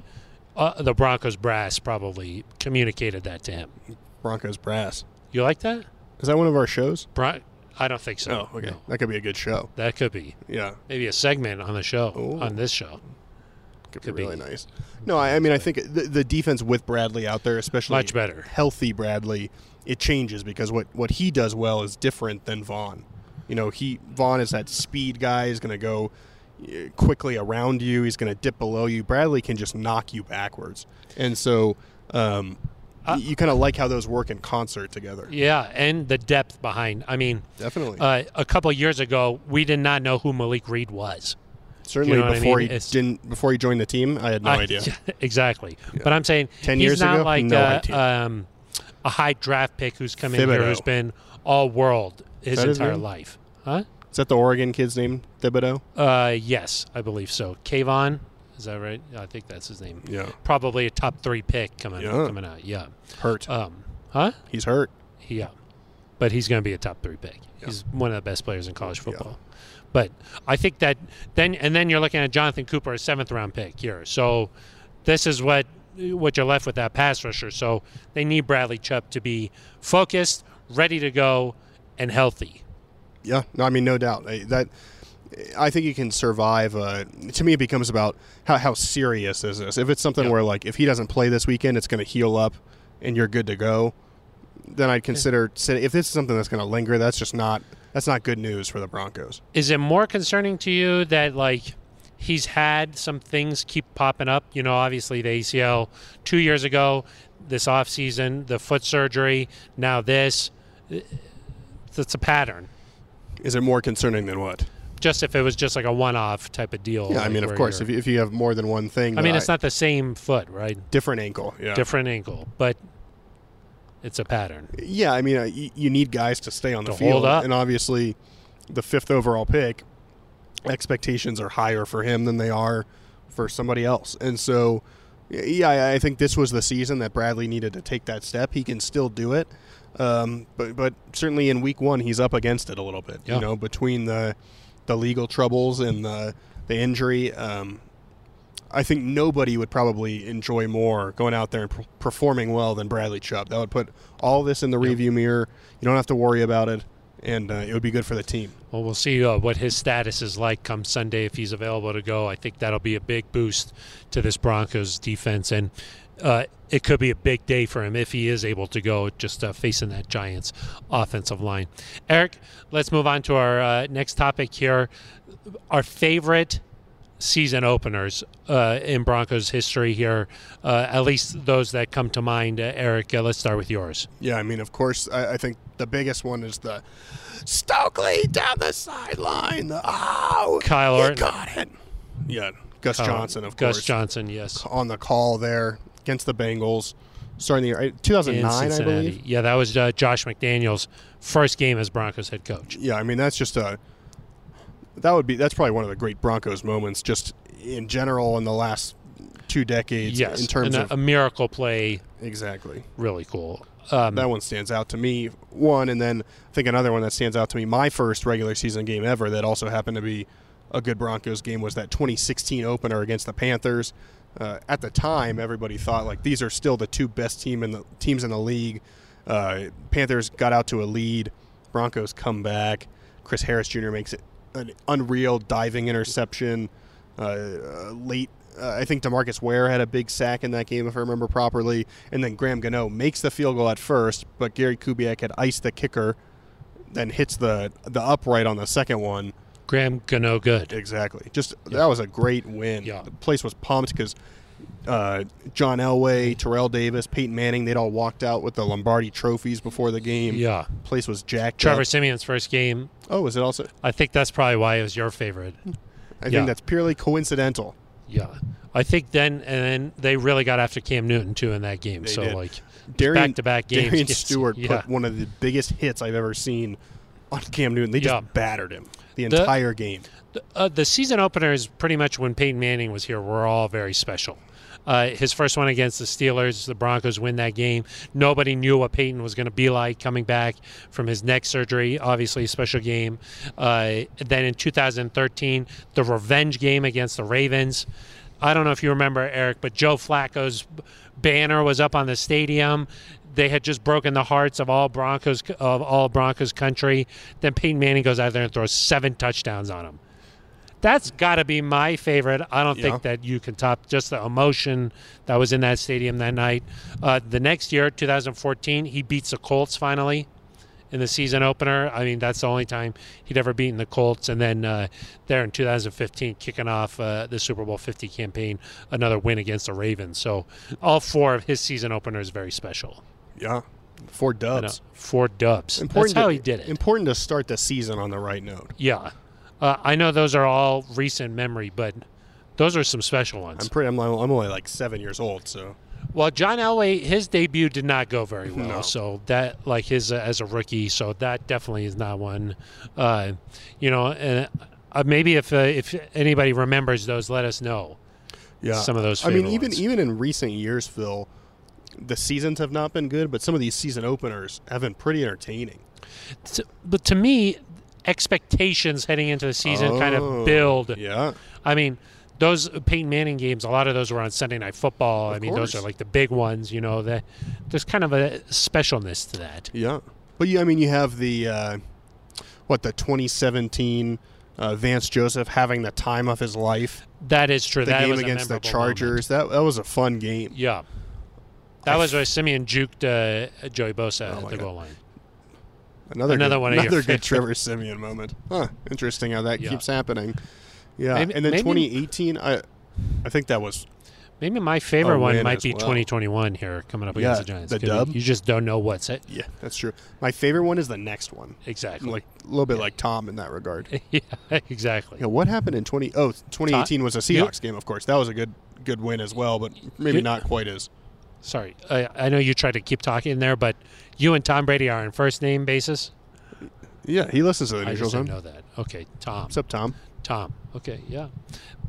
uh, the Broncos brass probably communicated that to him.
Broncos brass.
You like that?
Is that one of our shows?
Bron- I don't think so. No.
That could be a good show.
That could be
Yeah.
maybe a segment on the show
Ooh.
on this show.
Could,
Could
be
be.
really nice. No, I, I mean, I think the, the defense with Bradley out there, especially
Much better.
healthy Bradley, it changes because what, what he does well is different than Vaughn. You know, he Vaughn is that speed guy. He's going to go eh, quickly around you. He's going to dip below you. Bradley can just knock you backwards. And so um, y- you kind of like how those work in concert together.
Yeah, Uh, and the depth behind. I mean,
Definitely.
uh, a couple years ago, we did not know who Malik Reed was.
Certainly
know what I
before
mean?
he
It's-
didn't before he joined the team, I had no
I-
idea.
exactly. But I'm saying
10
he's
years
not
ago?
like
No
a,
idea.
um, a high draft pick who's come in here
Thibodeau.
who's been all world his
that his
entire
name?
life. Huh?
Is that the Oregon kid's name? Thibodeau.
Uh, yes, I believe so. Kayvon, is that right? I think that's his name.
Yeah,
Probably a top three pick coming
Yeah.
coming out. Yeah.
hurt.
Um, huh?
He's hurt.
Yeah. But he's going to be a top three pick. He's one of the best players in college football. But I think that then, and then you're looking at Jonathan Cooper, a seventh round pick here. So this is what what you're left with that pass rusher. So they need Bradley Chubb to be focused, ready to go, and healthy.
Yeah, no, I mean, no doubt I, that. I think he can survive. Uh, to me, it becomes about how, how serious is this. If it's something
Yeah.
where like if he doesn't play this weekend, it's going to heal up, and you're good to go, then I'd consider. sit- If this is something that's going to linger, that's just not that's not good news for the Broncos.
Is it more concerning to you that like he's had some things keep popping up? You know, obviously the ACL two years ago, this offseason, the foot surgery, now this. It's a pattern.
Is it more concerning than what?
just if it was just like a one-off type of deal.
Yeah, I
like
mean, of
where
course,
you're-
if you, if you have more than one thing,
I
then
mean, it's not the same foot, right?
different ankle. Yeah,
Different ankle, but it's a pattern.
Yeah, I mean, uh, y- you need guys to stay on the
To
field,
hold up.
and obviously, the fifth overall pick expectations are higher for him than they are for somebody else, and so y- yeah, I- I think this was the season that Bradley needed to take that step. He can still do it, um, but but certainly in week one, he's up against it a little bit.
Yeah.
You know, between the the legal troubles and the the injury. Um, I think nobody would probably enjoy more going out there and p- performing well than Bradley Chubb. That would put all this in the review mirror. You don't have to worry about it, and uh, it would be good for the team.
Well, we'll see uh, what his status is like come Sunday if he's available to go. I think that'll be a big boost to this Broncos defense, and uh, it could be a big day for him if he is able to go, just uh, facing that Giants offensive line. Eric, let's move on to our uh, next topic here. Our favorite season openers uh, in Broncos history here, uh, at least those that come to mind. Uh, Eric, uh, let's start with yours.
Yeah, I mean, of course, I, I think the biggest one is the Stokely down the sideline. The, oh,
Kyle
he
Orton.
got it. Yeah, Gus Johnson, of
Gus
course,
Johnson, yes.
on the call there against the Bengals, starting the year uh, I- 2009, I believe.
Yeah, that was uh, Josh McDaniels' first game as Broncos head coach.
Yeah, I mean that's just a that would be that's probably one of the great Broncos moments just in general in the last two decades
Yes,
in terms
and uh, a,
of
a miracle play,
exactly.
really cool. Um,
That one stands out to me one and then I think another one that stands out to me my first regular season game ever that also happened to be a good Broncos game was that 2016 opener against the Panthers. Uh, at the time, everybody thought like these are still the two best team in the teams in the league. Uh, Panthers got out to a lead. Broncos come back. Chris Harris Jr. makes it an unreal diving interception. Uh, uh, late, uh, I think Demarcus Ware had a big sack in that game, if I remember properly. And then Graham Gano makes the field goal at first, but Gary Kubiak had iced the kicker, then hits the the upright on the second one.
Graham Gano, good.
Exactly. Just that was a great win.
Yeah.
The place was pumped because uh, John Elway, Terrell Davis, Peyton Manning, they'd all walked out with the Lombardi trophies before the game.
Yeah,
Place was jacked.
Trevor
up.
Simeon's first game.
Oh, is it also?
I think that's probably why it was your favorite.
I
Yeah.
think that's purely coincidental.
Yeah, I think then and then they really got after Cam Newton too in that game.
They
so
did.
like
Darian-
back-to-back games
Darian
against-
Stewart
yeah.
put one of the biggest hits I've ever seen on Cam Newton. They just
Yeah.
battered him the
The-
entire game.
uh, the season opener is pretty much when Peyton Manning was here. We're all very special. Uh, his first one against the Steelers, the Broncos win that game. Nobody knew what Peyton was going to be like coming back from his neck surgery. Obviously, a special game. Uh, then in 2013, the revenge game against the Ravens. I don't know if you remember, Eric, but Joe Flacco's b- banner was up on the stadium. They had just broken the hearts of all Broncos of all Broncos country. Then Peyton Manning goes out there and throws seven touchdowns on him. That's got to be my favorite. I don't
Yeah.
think that you can top just the emotion that was in that stadium that night. Uh, the next year, 2014, he beats the Colts finally in the season opener. I mean, that's the only time he'd ever beaten the Colts. And then uh, there in 2015, kicking off uh, the Super Bowl 50 campaign, another win against the Ravens. So all four of his season openers very special.
Yeah, four
No,
dubs.
four dubs.
Important
that's how
to,
he did it.
Important to start the season on the right note.
yeah. Uh, I know those are all recent memory, but those are some special ones.
I'm pretty. I'm, I'm only like seven years old, so
Well, John Elway, his debut did not go very well.
No.
So that, like his uh, as a rookie, so that definitely is not one. Uh, you know, and uh, maybe if uh, if anybody remembers those, let us know.
yeah.
Some of those
I mean,
favorite
even
ones.
even in recent years, Phil, the seasons have not been good, but some of these season openers have been pretty entertaining.
T- but to me, expectations heading into the season kind
Oh,
of build.
Yeah,
I mean, those uh, Peyton Manning games, a lot of those were on Sunday Night Football. I mean, those
course.
are like the big ones. You know, that there's kind of a specialness to that.
yeah. But yeah, I mean, you have the uh, what the 2017 uh, Vance Joseph having the time of his life.
That is true.
The
that
game
was a
against the
memorable moment.
Chargers. That that was a fun game.
Yeah. That
I Oh
was where Simeon juked uh, Joey Bosa
my
at the
God.
goal line.
Another
Another
good,
one of your
another good
favorite.
Trevor Simeon moment. Huh? Interesting how that
Yeah.
keeps happening. Yeah,
Maybe-
and then
maybe-
2018, I I think that was
Maybe my favorite
A
one
win
might
as
be
well.
2021 here coming up against
Yeah,
the Giants.
the
'cause
dub.
You, you just don't know what's it.
yeah, that's true. My favorite one is the next one.
Exactly.
Like a little bit like Tom in that regard.
yeah, exactly.
Yeah, what happened in 20 Oh, 2018 was a Seahawks game, of course. That was a good good win as well, but maybe
You-
not quite as.
Sorry. I, I know you tried to keep talking there, but you and Tom Brady are on first name basis.
Yeah, he listens to the
I
neutral
just didn't
zone.
know that. Okay, Tom.
What's up, Tom?
Tom. Okay, yeah.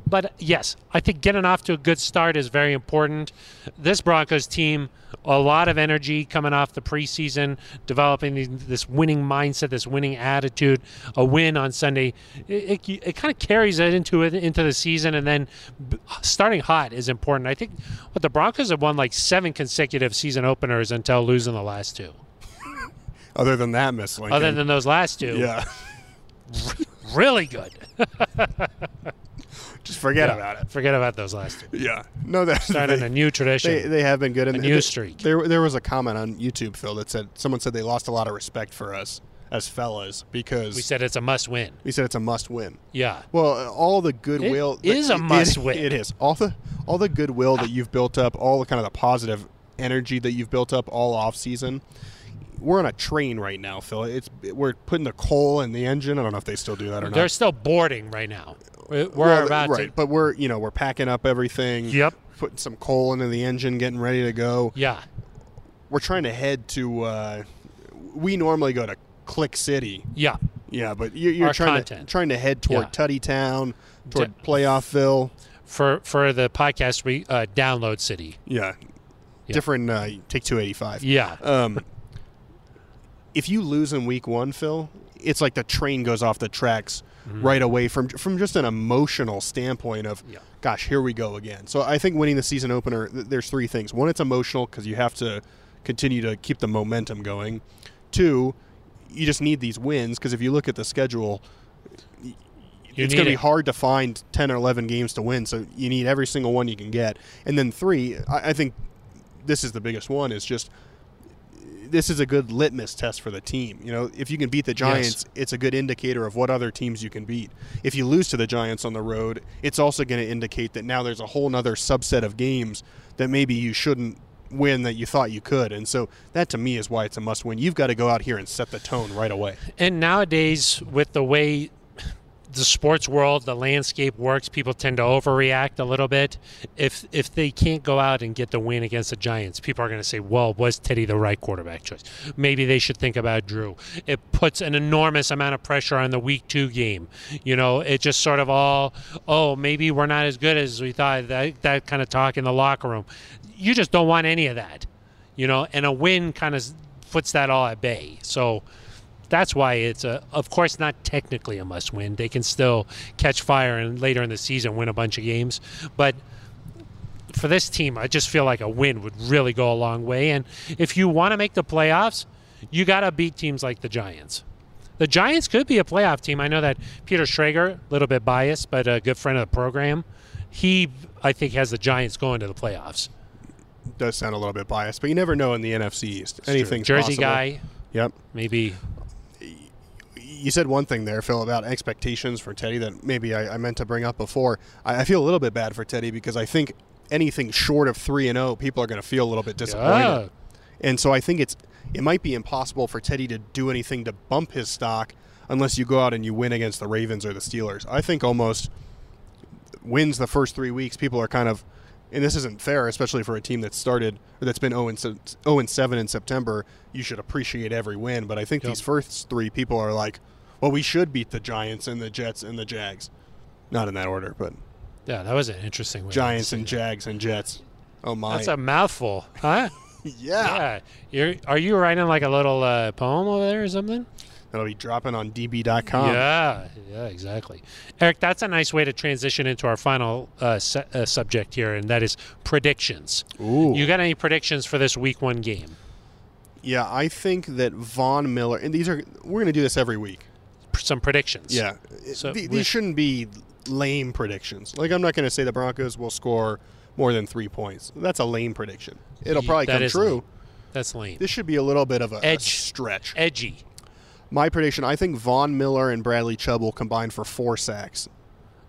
But uh, yes, I think getting off to a good start is very important. This Broncos team, a lot of energy coming off the preseason, developing these- this winning mindset, this winning attitude. A win on Sunday, it, it, it kind of carries it into it into the season, and then b- starting hot is important. I think what the Broncos have won like seven consecutive season openers until losing the last two.
Other than that, Miss Lincoln.
Other than those last two,
yeah,
really good.
just forget
Yeah,
about it.
Forget about those last two.
Yeah, no, that
Starting a new tradition.
They, they have been good. And
A new
th-
streak.
There, there was a comment on YouTube, Phil, that said someone said they lost a lot of respect for us as fellas because
We said it's a must win.
we said it's a must win.
Yeah.
Well, all the goodwill that-
is a must win.
It is all the all the goodwill that you've built up, all the kind of the positive energy that you've built up all off season. We're on a train right now, Phil. It's we're putting the coal in the engine. I don't know if they still do that or
They're
not. Uh,
still boarding right now. We're we're
Well,
about
right,
to.
but we're you know we're packing up everything.
Yep.
Putting some coal into the engine, getting ready to go.
Yeah.
we're trying to head to. Uh, we normally go to Click City.
Yeah.
Yeah, but you're, you're
Our
trying to
content.
trying to head toward
Yeah.
Tutty Town, toward
De-
Playoffville.
For for the podcast, we uh, download city.
Yeah,
Yeah.
different. Uh, take two eighty five.
Yeah.
Um, if you lose in week one, Phil, it's like the train goes off the tracks right away from from just an emotional standpoint of,
Mm-hmm. Yeah.
gosh, here we go again. So I think winning the season opener, th- there's three things. One, it's emotional because you have to continue to keep the momentum going. Two, you just need these wins because if you look at the schedule. y-
You
it's going
need
to be
it.
hard to find 10 or 11 games to win, so you need every single one you can get. And then three, I, I think this is the biggest one, is just this is a good litmus test for the team. You know, if you can beat the Giants, it's a good indicator of what other teams you can beat. If you lose to the Giants on the road, it's also going to indicate that now there's a whole nother subset of games that maybe you shouldn't win that you thought you could. And so that to me is why it's a must win. You've got to go out here and set the tone right away.
And nowadays, with the way the sports world, the landscape works, people tend to overreact a little bit. If if they can't go out and get the win against the Giants, people are going to say, "Well, was Teddy the right quarterback choice? Maybe they should think about Drew." It puts an enormous amount of pressure on the Week Two game. You know, it just sort of all, "Oh, maybe we're not as good as we thought." That that kind of talk in the locker room, you just don't want any of that. You know, and a win kind of puts that all at bay. So that's why it's a, of course, not technically a must win. They can still catch fire and later in the season win a bunch of games. But for this team, I just feel like a win would really go a long way. And if you want to make the playoffs, you got to beat teams like the Giants. The Giants could be a playoff team. I know that Peter Schrager, a little bit biased, but a good friend of the program, he, I think, has the Giants going to the playoffs.
Does sound a little bit biased, but you never know in the NFC East. Anything's
Jersey
possible.
guy,
Yep.
maybe.
you said one thing there, Phil, about expectations for Teddy that maybe I, I meant to bring up before. I, I feel a little bit bad for Teddy because I think anything short of three and zero, people are going to feel a little bit disappointed.
Yeah.
And so I think it's it might be impossible for Teddy to do anything to bump his stock. unless you go out and you win against the Ravens or the Steelers. I think almost wins the first three weeks, people are kind of, and this isn't fair, especially for a team that started or that's been 0 and, se- 0 and 7 in September. You should appreciate every win, but I think
Yep.
these first three people are like, well, we should beat the Giants and the Jets and the Jags, not in that order, but
Yeah, that was an interesting way. to
Giants
say
and
that.
Jags and Jets. Oh my!
That's a mouthful, huh?
yeah.
yeah. You're, are you writing like a little uh, poem over there or something?
That'll be dropping on DB.com.
yeah, yeah, exactly. Eric, that's a nice way to transition into our final uh, su- uh, subject here, and that is predictions.
Ooh.
You got any predictions for this week one game?
Yeah, I think that Von Miller, and these are we're going to do this every week.
P- Some predictions.
Yeah,
So
Th-
with-
these shouldn't be lame predictions. Like I'm not going to say the Broncos will score more than three points. That's a lame prediction. It'll
Ye-
probably
that
come
is
true.
lame. That's lame.
This should be a little bit of a, a
Edge.
stretch.
Edgy.
My prediction: I think Von Miller and Bradley Chubb will combine for four sacks.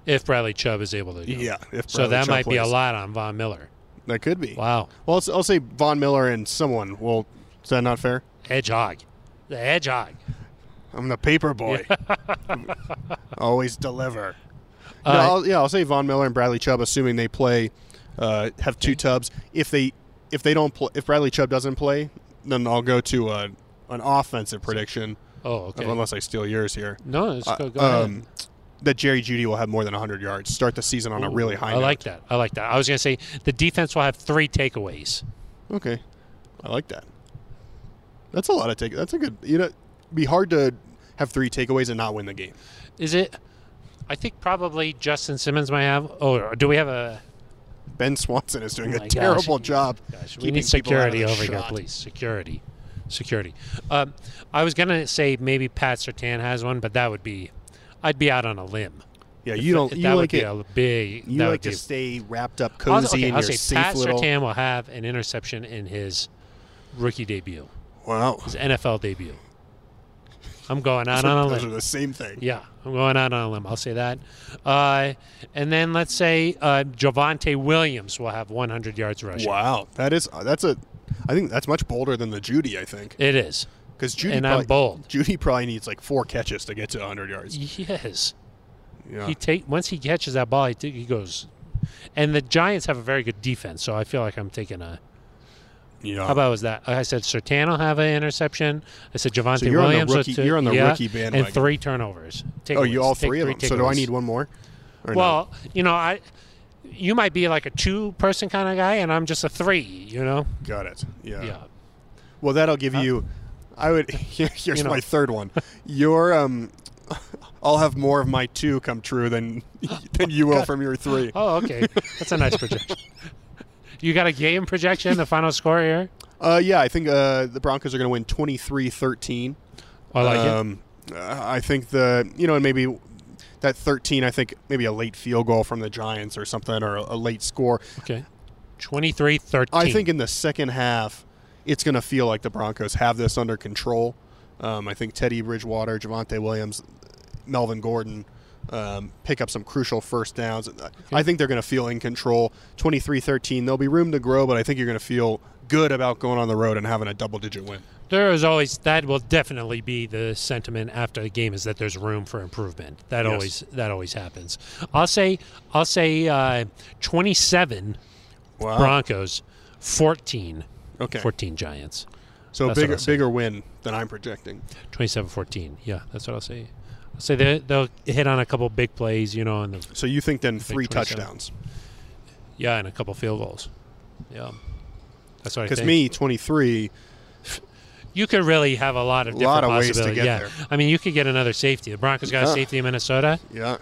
If Bradley Chubb is able to. do it.
if
So
Bradley
that
Chubb
might be a
plays.
lot on Von Miller.
That could be.
Wow.
Well, I'll, s will say Von Miller and someone. Well, is that not fair?
Edge hog. The edge hog.
I'm the paper boy. Always deliver.
Uh,
no, I'll, yeah, I'll say Von Miller and Bradley Chubb, assuming they play, uh, have two tubs. If they if they don't play, if Bradley Chubb doesn't play, then I'll go to a, an offensive prediction,
Oh, okay.
unless I steal yours here.
No, let's go, go
Uh, um,
ahead.
that Jerry Judy will have more than 100 yards. Start the season on a really high.
I like that. I like that. I was going to say the defense will have three takeaways.
note. Okay, I like that. That's a lot of take. That's a good. You know, it'd be hard to have three takeaways and not win the game.
Is it? I think probably Justin Simmons might have. Oh, do we have a?
Ben Swanson is doing
Oh
a
my gosh.
terrible job.
Gosh, we
keeping
need
people out of
security
the
over here,
shot.
please. Security, security. Um, I was going to say maybe Pat Sertan has one, but that would be. I'd be out on a limb.
Yeah, you don't.
That
You
would
like
be
it.
a big.
You
that
like
would
to
be-
stay wrapped up,
I'll-
cozy
okay,
in
I'll
your
say
safe
Pat
little.
Sertan will have an interception in his rookie debut,
Wow,
his NFL debut. I'm going
those,
out on
are,
a
those
limb.
are the same thing.
Yeah, I'm going out on a limb. I'll say that. Uh, and then let's say uh, Javante Williams will have 100 yards rushing.
Wow, that is uh, that's a. I think that's much bolder than the Judy. I think
It is.
because Judy
and I'm
probably,
bold.
Judy probably needs like four catches to get to 100 yards.
Yes.
Yeah,
He take once he catches that ball, he, t- he goes. And the Giants have a very good defense, so I feel like I'm taking a.
yeah.
How about was that? I said Sertan will have an interception. I said Javante
So you're on the
Williams.
rookie-
two-
you're on the
yeah,
rookie bandwagon.
And three turnovers.
oh, you
Takeaways.
all
Take
three of them. So do I
takeaways.
need one more? Or no?
Well, you know, I, you might be like a two-person kind of guy, and I'm just a three. You know.
got it. Yeah.
yeah. Uh,
Well, that'll give you. I would. here- Here's
You know.
my third one. Your um. I'll have more of my two come true than than you will from your three.
Oh, okay. That's a nice projection. You got a game projection, the final score here?
Uh, yeah, I think uh, the Broncos are going to win 23-13.
I like it.
um, uh, I think the you know and maybe that 13. I think maybe a late field goal from the Giants or something or a, a late score.
Okay. 23 13.
I think in the second half, it's going to feel like the Broncos have this under control. Um, I think Teddy Bridgewater, Javante Williams, Melvin Gordon um, pick up some crucial first downs. I think they're going to feel in control. 23-13, there'll be room to grow, but I think you're going to feel good about going on the road and having a double-digit win.
there is always, that will definitely be the sentiment after the game is that there's room for improvement. That
Yes.
always, that always happens. I'll say, I'll say uh, 27
Wow.
Broncos, 14,
okay.
14 Giants.
So
That's what
bigger
I'll say.
bigger win than I'm projecting.
27 14. Yeah, that's what I'll say. I'll say they, they'll hit on a couple big plays, you know, and the,
So you think then three
27.
touchdowns?
yeah, and a couple field goals. Yeah. That's what I think.
Because me twenty three.
You could really have a lot of different
Lot of ways to
possibilities.
get
yeah,
there.
I mean, you could get another safety. The Broncos got
Yeah.
a safety in Minnesota.
Yeah,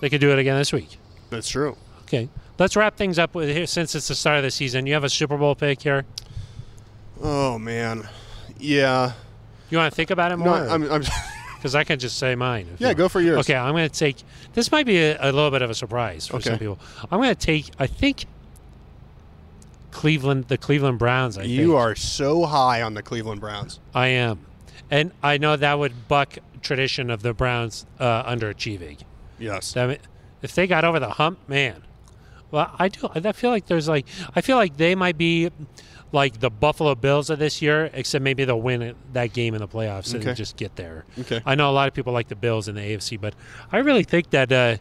They could do it again this week.
that's true.
Okay, let's wrap things up with here since it's the start of the season. You have a Super Bowl pick here.
Oh man, yeah.
You want to think about it
No,
more?
I'm, I'm
Because I can just say mine. if
yeah.
you
Go
want.
for yours.
Okay, I'm going to take. This might be a, a little bit of a surprise for
Okay.
some people. I'm going to take. I think Cleveland, the Cleveland Browns. I
You
think.
are so high on the Cleveland Browns.
I am, and I know that would buck tradition of the Browns uh, underachieving.
Yes.
Damn it. If they got over the hump, man, Well, I do. I feel like there's like I feel like they might be like the Buffalo Bills of this year, except maybe they'll win it, that game in the playoffs
Okay.
and just get there.
Okay.
I know a lot of people like the Bills in the AFC, but I really think that uh,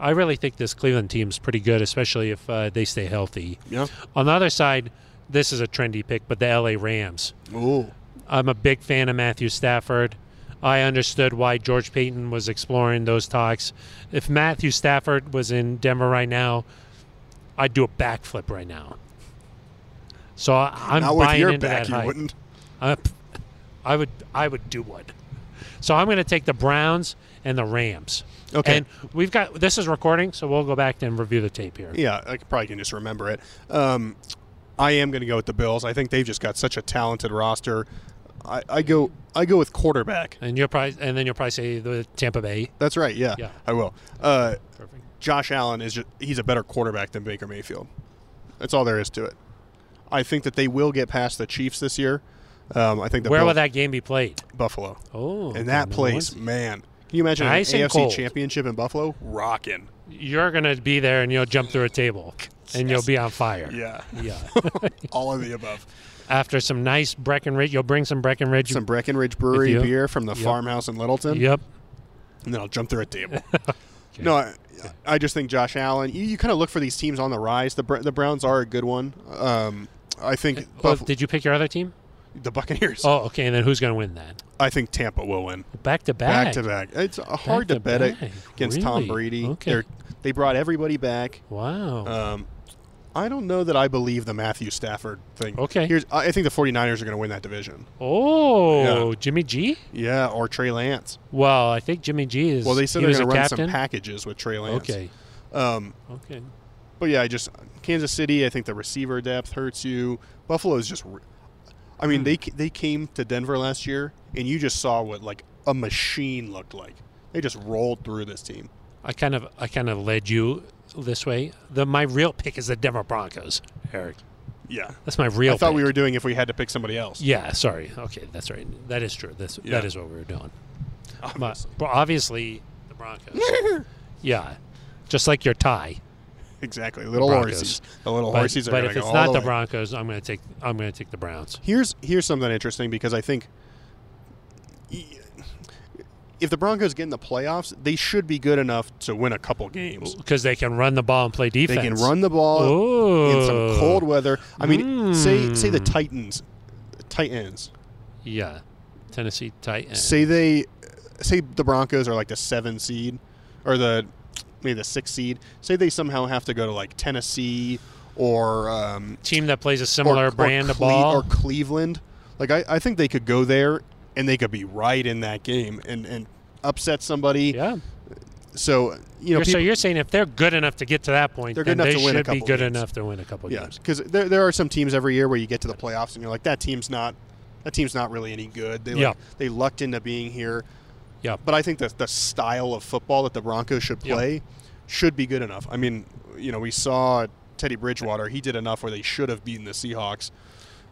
I really think this Cleveland team's pretty good, especially if uh, they stay healthy.
Yeah.
On the other side, this is a trendy pick, but the LA Rams.
Ooh.
I'm a big fan of Matthew Stafford. I understood why George Payton was exploring those talks. If Matthew Stafford was in Denver right now, I'd do a backflip right now. So I- I'm
Not with
buying
your
into
back,
that
you
hype.
wouldn't.
I, I would I would do one. So I'm going to take the Browns and the Rams.
Okay.
And we've got this is recording, so we'll go back and review the tape here.
Yeah, I probably can just remember it. Um, I am going to go with the Bills. I think they've just got such a talented roster. I, I go. I go with quarterback.
And you'll probably and then you'll probably say the Tampa Bay.
That's right. Yeah.
Yeah.
I will. Uh,
Perfect.
Josh Allen is just—he's a better quarterback than Baker Mayfield. That's all there is to it. I think that they will get past the Chiefs this year. Um, I think the
Where will
Bills-
that game be played?
Buffalo
Oh,
and that
okay, no
place,
one's-
man. Can you imagine
Nice
an
and
AFC
cold.
championship in Buffalo? Rocking.
you're gonna be there and you'll jump through a table and you'll be on fire.
Yeah.
Yeah.
all of the above.
After some nice Breckenridge, you'll bring some Breckenridge.
Some Breckenridge Brewery
you-
beer from the farmhouse in Littleton.
Yep.
and then I'll jump through a table. No, I, I just think Josh Allen. You, you kind of look for these teams on the rise. The Br- the Browns are a good one. Um, I think
Well,
Buff-
Oh, did you pick your other team?
the Buccaneers.
Oh, okay. And then who's gonna win that?
I think Tampa will win
Back to back.
back to back. It's uh, hard to
to
bet it
back,
against Tom
really?
Brady.
Okay.
They're, they brought everybody back.
Wow.
Um, I don't know that I believe the Matthew Stafford thing.
Okay.
Here's I I think the 49ers are going to win that division.
oh, Jimmy G.
Yeah, or Trey Lance.
Well, I think Jimmy G is.
Well, they said
he
they're
was
going
a
to run
captain.
some packages with Trey Lance.
okay.
Um,
Okay.
But yeah, I just Kansas City. I think the receiver depth hurts you. Buffalo's just. re- I
Hmm.
mean, they they came to Denver last year, and you just saw what like a machine looked like. They just rolled through this team.
I kind of I kind of led you this way. The my real pick is the Denver Broncos, Eric.
Yeah,
That's my real.
I thought
pick.
we were doing if we had to pick somebody else.
Yeah, sorry. Okay, that's right. That is true. That's,
Yeah.
That is what we were doing. My-
Obviously.
but obviously, the Broncos. yeah, just like your tie.
exactly. Little
Broncos.
horses. The little
But,
horses are
but
going to
if
go
it's
all
not
the,
the
way.
Broncos, I'm going to take I'm going to take the Browns.
Here's here's something interesting because I think if the Broncos get in the playoffs, they should be good enough to win a couple games.
Because they can run the ball and play
They
defense.
can run the ball in some
Ooh.
cold weather. I mean, say say the
Mm.
Titans, Titans.
Yeah, Tennessee Titans.
Say they, say the Broncos are like the seven seed, or the maybe the six seed. Say they somehow have to go to like Tennessee or um,
Team that plays a
or-
similar
or
brand of
Cle-
ball.
or Cleveland. Like I, I think they could go there and they could be right in that game and and upset somebody.
yeah.
So you know,
You're- so
people-
you're saying if they're good enough to get to that point,
They're
then
good
they
enough
should
to win a
be
couple
good
games.
enough to win a couple
Yeah,
games.
because there, there are some teams every year where you get to the playoffs and you're like, that team's not, that team's not really any good. They like,
Yeah.
they lucked into being here,
Yeah.
but I think that the style of football that the Broncos should
Yeah.
play should be good enough. I mean, you know, we saw Teddy Bridgewater; he did enough where they should have beaten the Seahawks.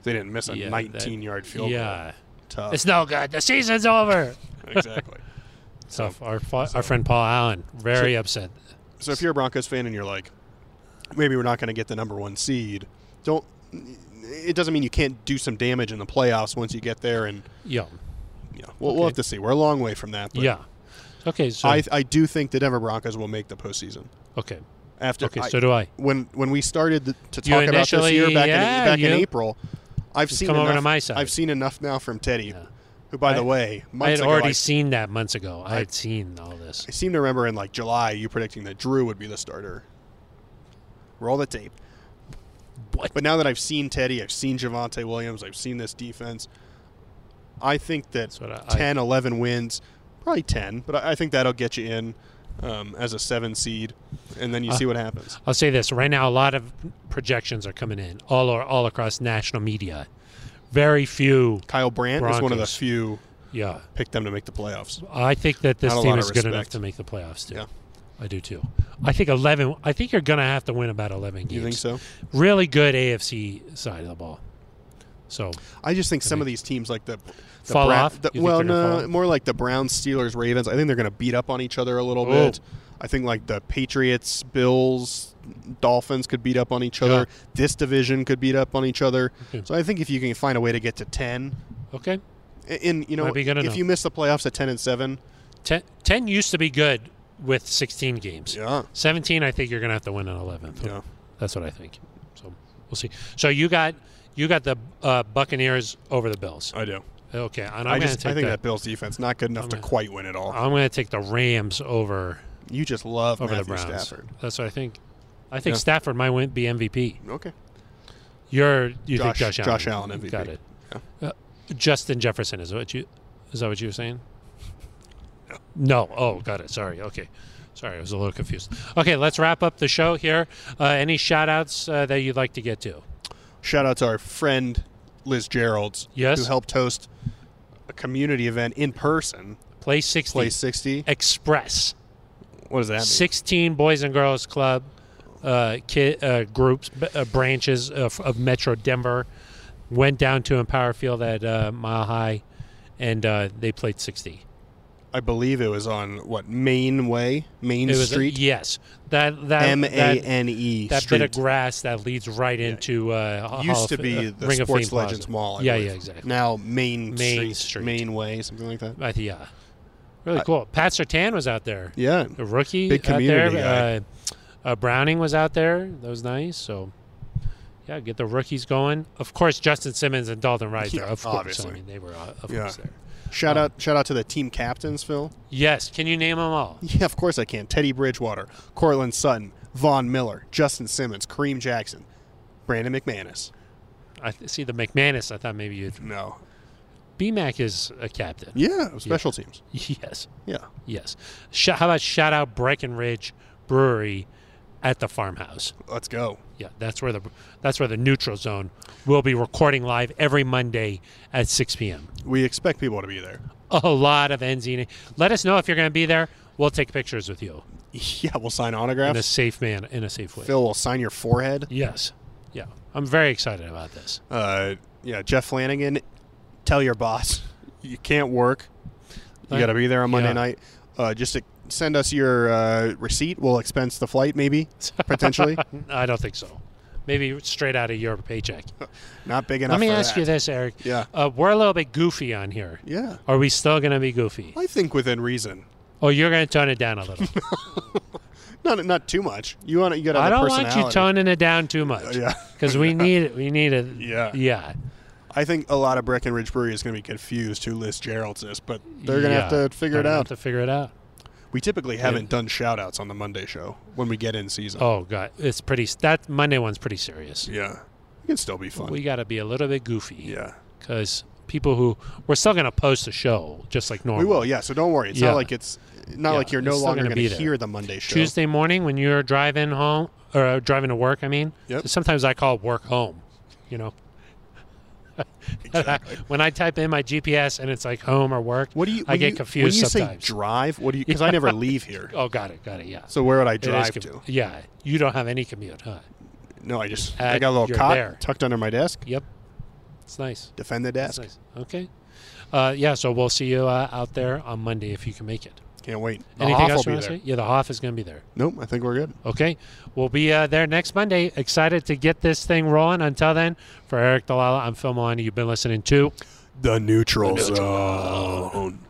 They didn't miss a
Yeah, that-
19-yard field
Yeah.
goal. Tough,
It's no good. The season's over.
exactly.
So our fa- our friend Paul Allen very upset.
So if you're a Broncos fan and you're like, maybe we're not going to get the number one seed, don't. It doesn't mean you can't do some damage in the playoffs once you get there and.
Yeah,
Yeah, we'll, we'll have to see. We're a long way from that. But
yeah. Okay, so
I, I do think the Denver Broncos will make the postseason.
okay,
After
okay.
I-
so do I.
when when we started the, to
You
talk about this year
initially-
back
yeah,
in back in
you-
April, I've seen
come over
enough,
to my side.
I've seen enough now from Teddy,
Yeah.
who by
I-
the way,
I had
months ago,
already
I,
seen that months ago. I, had seen all this.
I seem to remember in like July you predicting that Drew would be the starter. Roll the tape.
What?
But now that I've seen Teddy, I've seen Javante Williams, I've seen this defense. I think that
That's what I- I-
10, 11 wins, probably 10, but I I think that'll get you in um, as a seven seed, and then you
Uh,
see what happens.
I'll say this right now: a lot of projections are coming in all or, all across national media. Very few.
Kyle Brandt was one of the
Broncos.
few
Yeah,
picked them to make the playoffs.
I think that this
Not a
team
lot of
is good
respect.
enough to make the playoffs too.
Yeah.
I do too. I think eleven. I think you're gonna have to win about eleven games.
You think so?
Really good AFC side of the ball. So
I just think some of these teams, like the, the
Fall
Brown-
off?
the-
You think
well,
they're gonna fall
no,
off?
more like the Browns, Steelers, Ravens. I think they're going to beat up on each other a little
Oh.
bit. I think like the Patriots, Bills, Dolphins could beat up on each other. This division could beat up on each other.
Okay.
So I think if you can find a way to get to ten,
Okay.
a- and you know,
Might be good
if
enough.
you miss the playoffs at ten and seven,
Ten, 10 used to be good with 16 games.
yeah,
17, I think you're going to have to win an 11th.
yeah,
That's what I think. So we'll see. So you got you got the uh, Buccaneers over the Bills.
I do.
Okay, and
Uh, i
I'm going to
just I
take
think that
the,
Bills defense not good enough
I'm
to
gonna-
quite win it all.
I'm going to take the Rams over
You just love
over
Matthew
the Browns.
Stafford.
That's what I think. I think
Yeah.
Stafford might win, be MVP.
Okay.
You're you
Josh-
think Josh Allen?
Josh Allen MVP.
Got it. Uh, Justin Jefferson is what you is that what you were saying? No. Oh, got it. Sorry. Okay. Sorry, I was a little confused. Okay, let's wrap up the show here. Uh, any shout outs uh, that you'd like to get to?
Shout out to our friend Liz Geralds,
Yes.
who helped host a community event in person.
Play 60.
Play sixty.
eh, Express.
What does that mean?
16 boys and girls club uh, ki uh, groups b- uh, branches of, of metro denver went down to empower field at uh, mile high and uh, they played 60
I believe it was on what Main Way, Main
it was
Street,
yes that that
M A
that-
N E
that
Street.
bit of grass that leads right into uh, Hall
Used
of-
to be
uh,
the
Ring of
Sports
Fame Plaza.
Legends Mall. I
yeah,
believe.
yeah, exactly.
Now Main,
Main
Street,
Street.
Main Way, something like that.
I think yeah, uh, really cool. Pat Sertan was out there,
Yeah,
a rookie
Big
out there.
community guy.
Uh, uh, Browning was out there. That was nice. So yeah, get the rookies going. Of course, Justin Simmons and Dalton Rice.
Yeah,
of course,
obviously.
I mean they were uh, of
Yeah.
course there.
shout out, shout out to the team captains, Phil.
Yes, can you name them all?
Yeah, of course I can. Teddy Bridgewater, Cortland Sutton, Vaughn Miller, Justin Simmons, Kareem Jackson, Brandon McManus.
I th- see the McManus. I thought maybe you'd.
No.
BMAC is a captain.
Yeah, special teams.
Yes.
Yeah.
Yes. Sh- how about shout out Breckenridge Brewery at the farmhouse?
Let's go.
Yeah, that's where the that's where the neutral zone will be recording live every Monday at 6 p.m.
We expect people to be there.
A lot of NZ. Let us know if you're going to be there. We'll take pictures with you
Yeah, we'll
in
sign
a
autographs.
safe man in a safe way.
Phil will sign your forehead.
Yes. Yeah. I'm very excited about this.
Uh, yeah, Jeff Flanagan, tell your boss you can't work. You
Uh,
got to be there on Monday
yeah.
night. Uh, just to send us your uh, receipt. We'll expense the flight, maybe potentially.
I don't think so. Maybe straight out of your paycheck.
Not big enough.
Let me
for
ask
that.
you this, Eric.
Yeah.
Uh, we're a little bit goofy on here.
Yeah,
Are we still going to be goofy?
I think within reason.
Oh, you're going to tone it down a little.
Not not too much. You want to, you got to.
I don't want you toning it down too much.
Yeah.
Because we need it. We need it.
Yeah.
Yeah.
I think a lot of Breckenridge Brewery is going to be confused who Liz Gerald's is, but they're going to
Yeah.
have to figure
They're
it
gonna
out.
Have to figure it out.
We typically haven't done shout outs on the Monday show when we get in season.
Oh God, it's pretty. s- That Monday one's pretty serious.
Yeah. It can still be fun.
We got to be a little bit goofy.
yeah.
Because people who we're still gonna post the show just like normal.
We will, yeah. So don't worry. It's
Yeah.
not like it's not
Yeah,
like you're no
it's still
longer
gonna
going
be
to
there.
hear the Monday show.
Tuesday morning when you're driving home or uh, driving to work. I mean,
Yep.
sometimes I call it work home. You know,
Exactly.
when I type in my GPS and it's like home or work,
What do you?
I
when
get
you-
confused
when you
sometimes.
say drive. What do you? Because I never leave here.
oh, got it, got it. Yeah.
So where would I
It is
drive
com-
to?
Yeah, you don't have any commute, huh?
No, I just
Uh,
I got a little
you're
cot
there.
tucked under my desk.
Yep. It's nice.
Defend the
It's
desk.
nice. Okay. Uh, yeah, so we'll see you uh, out there on Monday if you can make it.
Can't wait. The
Anything
Hoff
else
will
you
be
want to
there.
say? Yeah, the Hoff is going to be there.
Nope. I think we're good.
Okay. We'll be uh, there next Monday. Excited to get this thing rolling. Until then, for Eric Dalala, I'm Phil Milani. You've been listening to.
The neutral zone.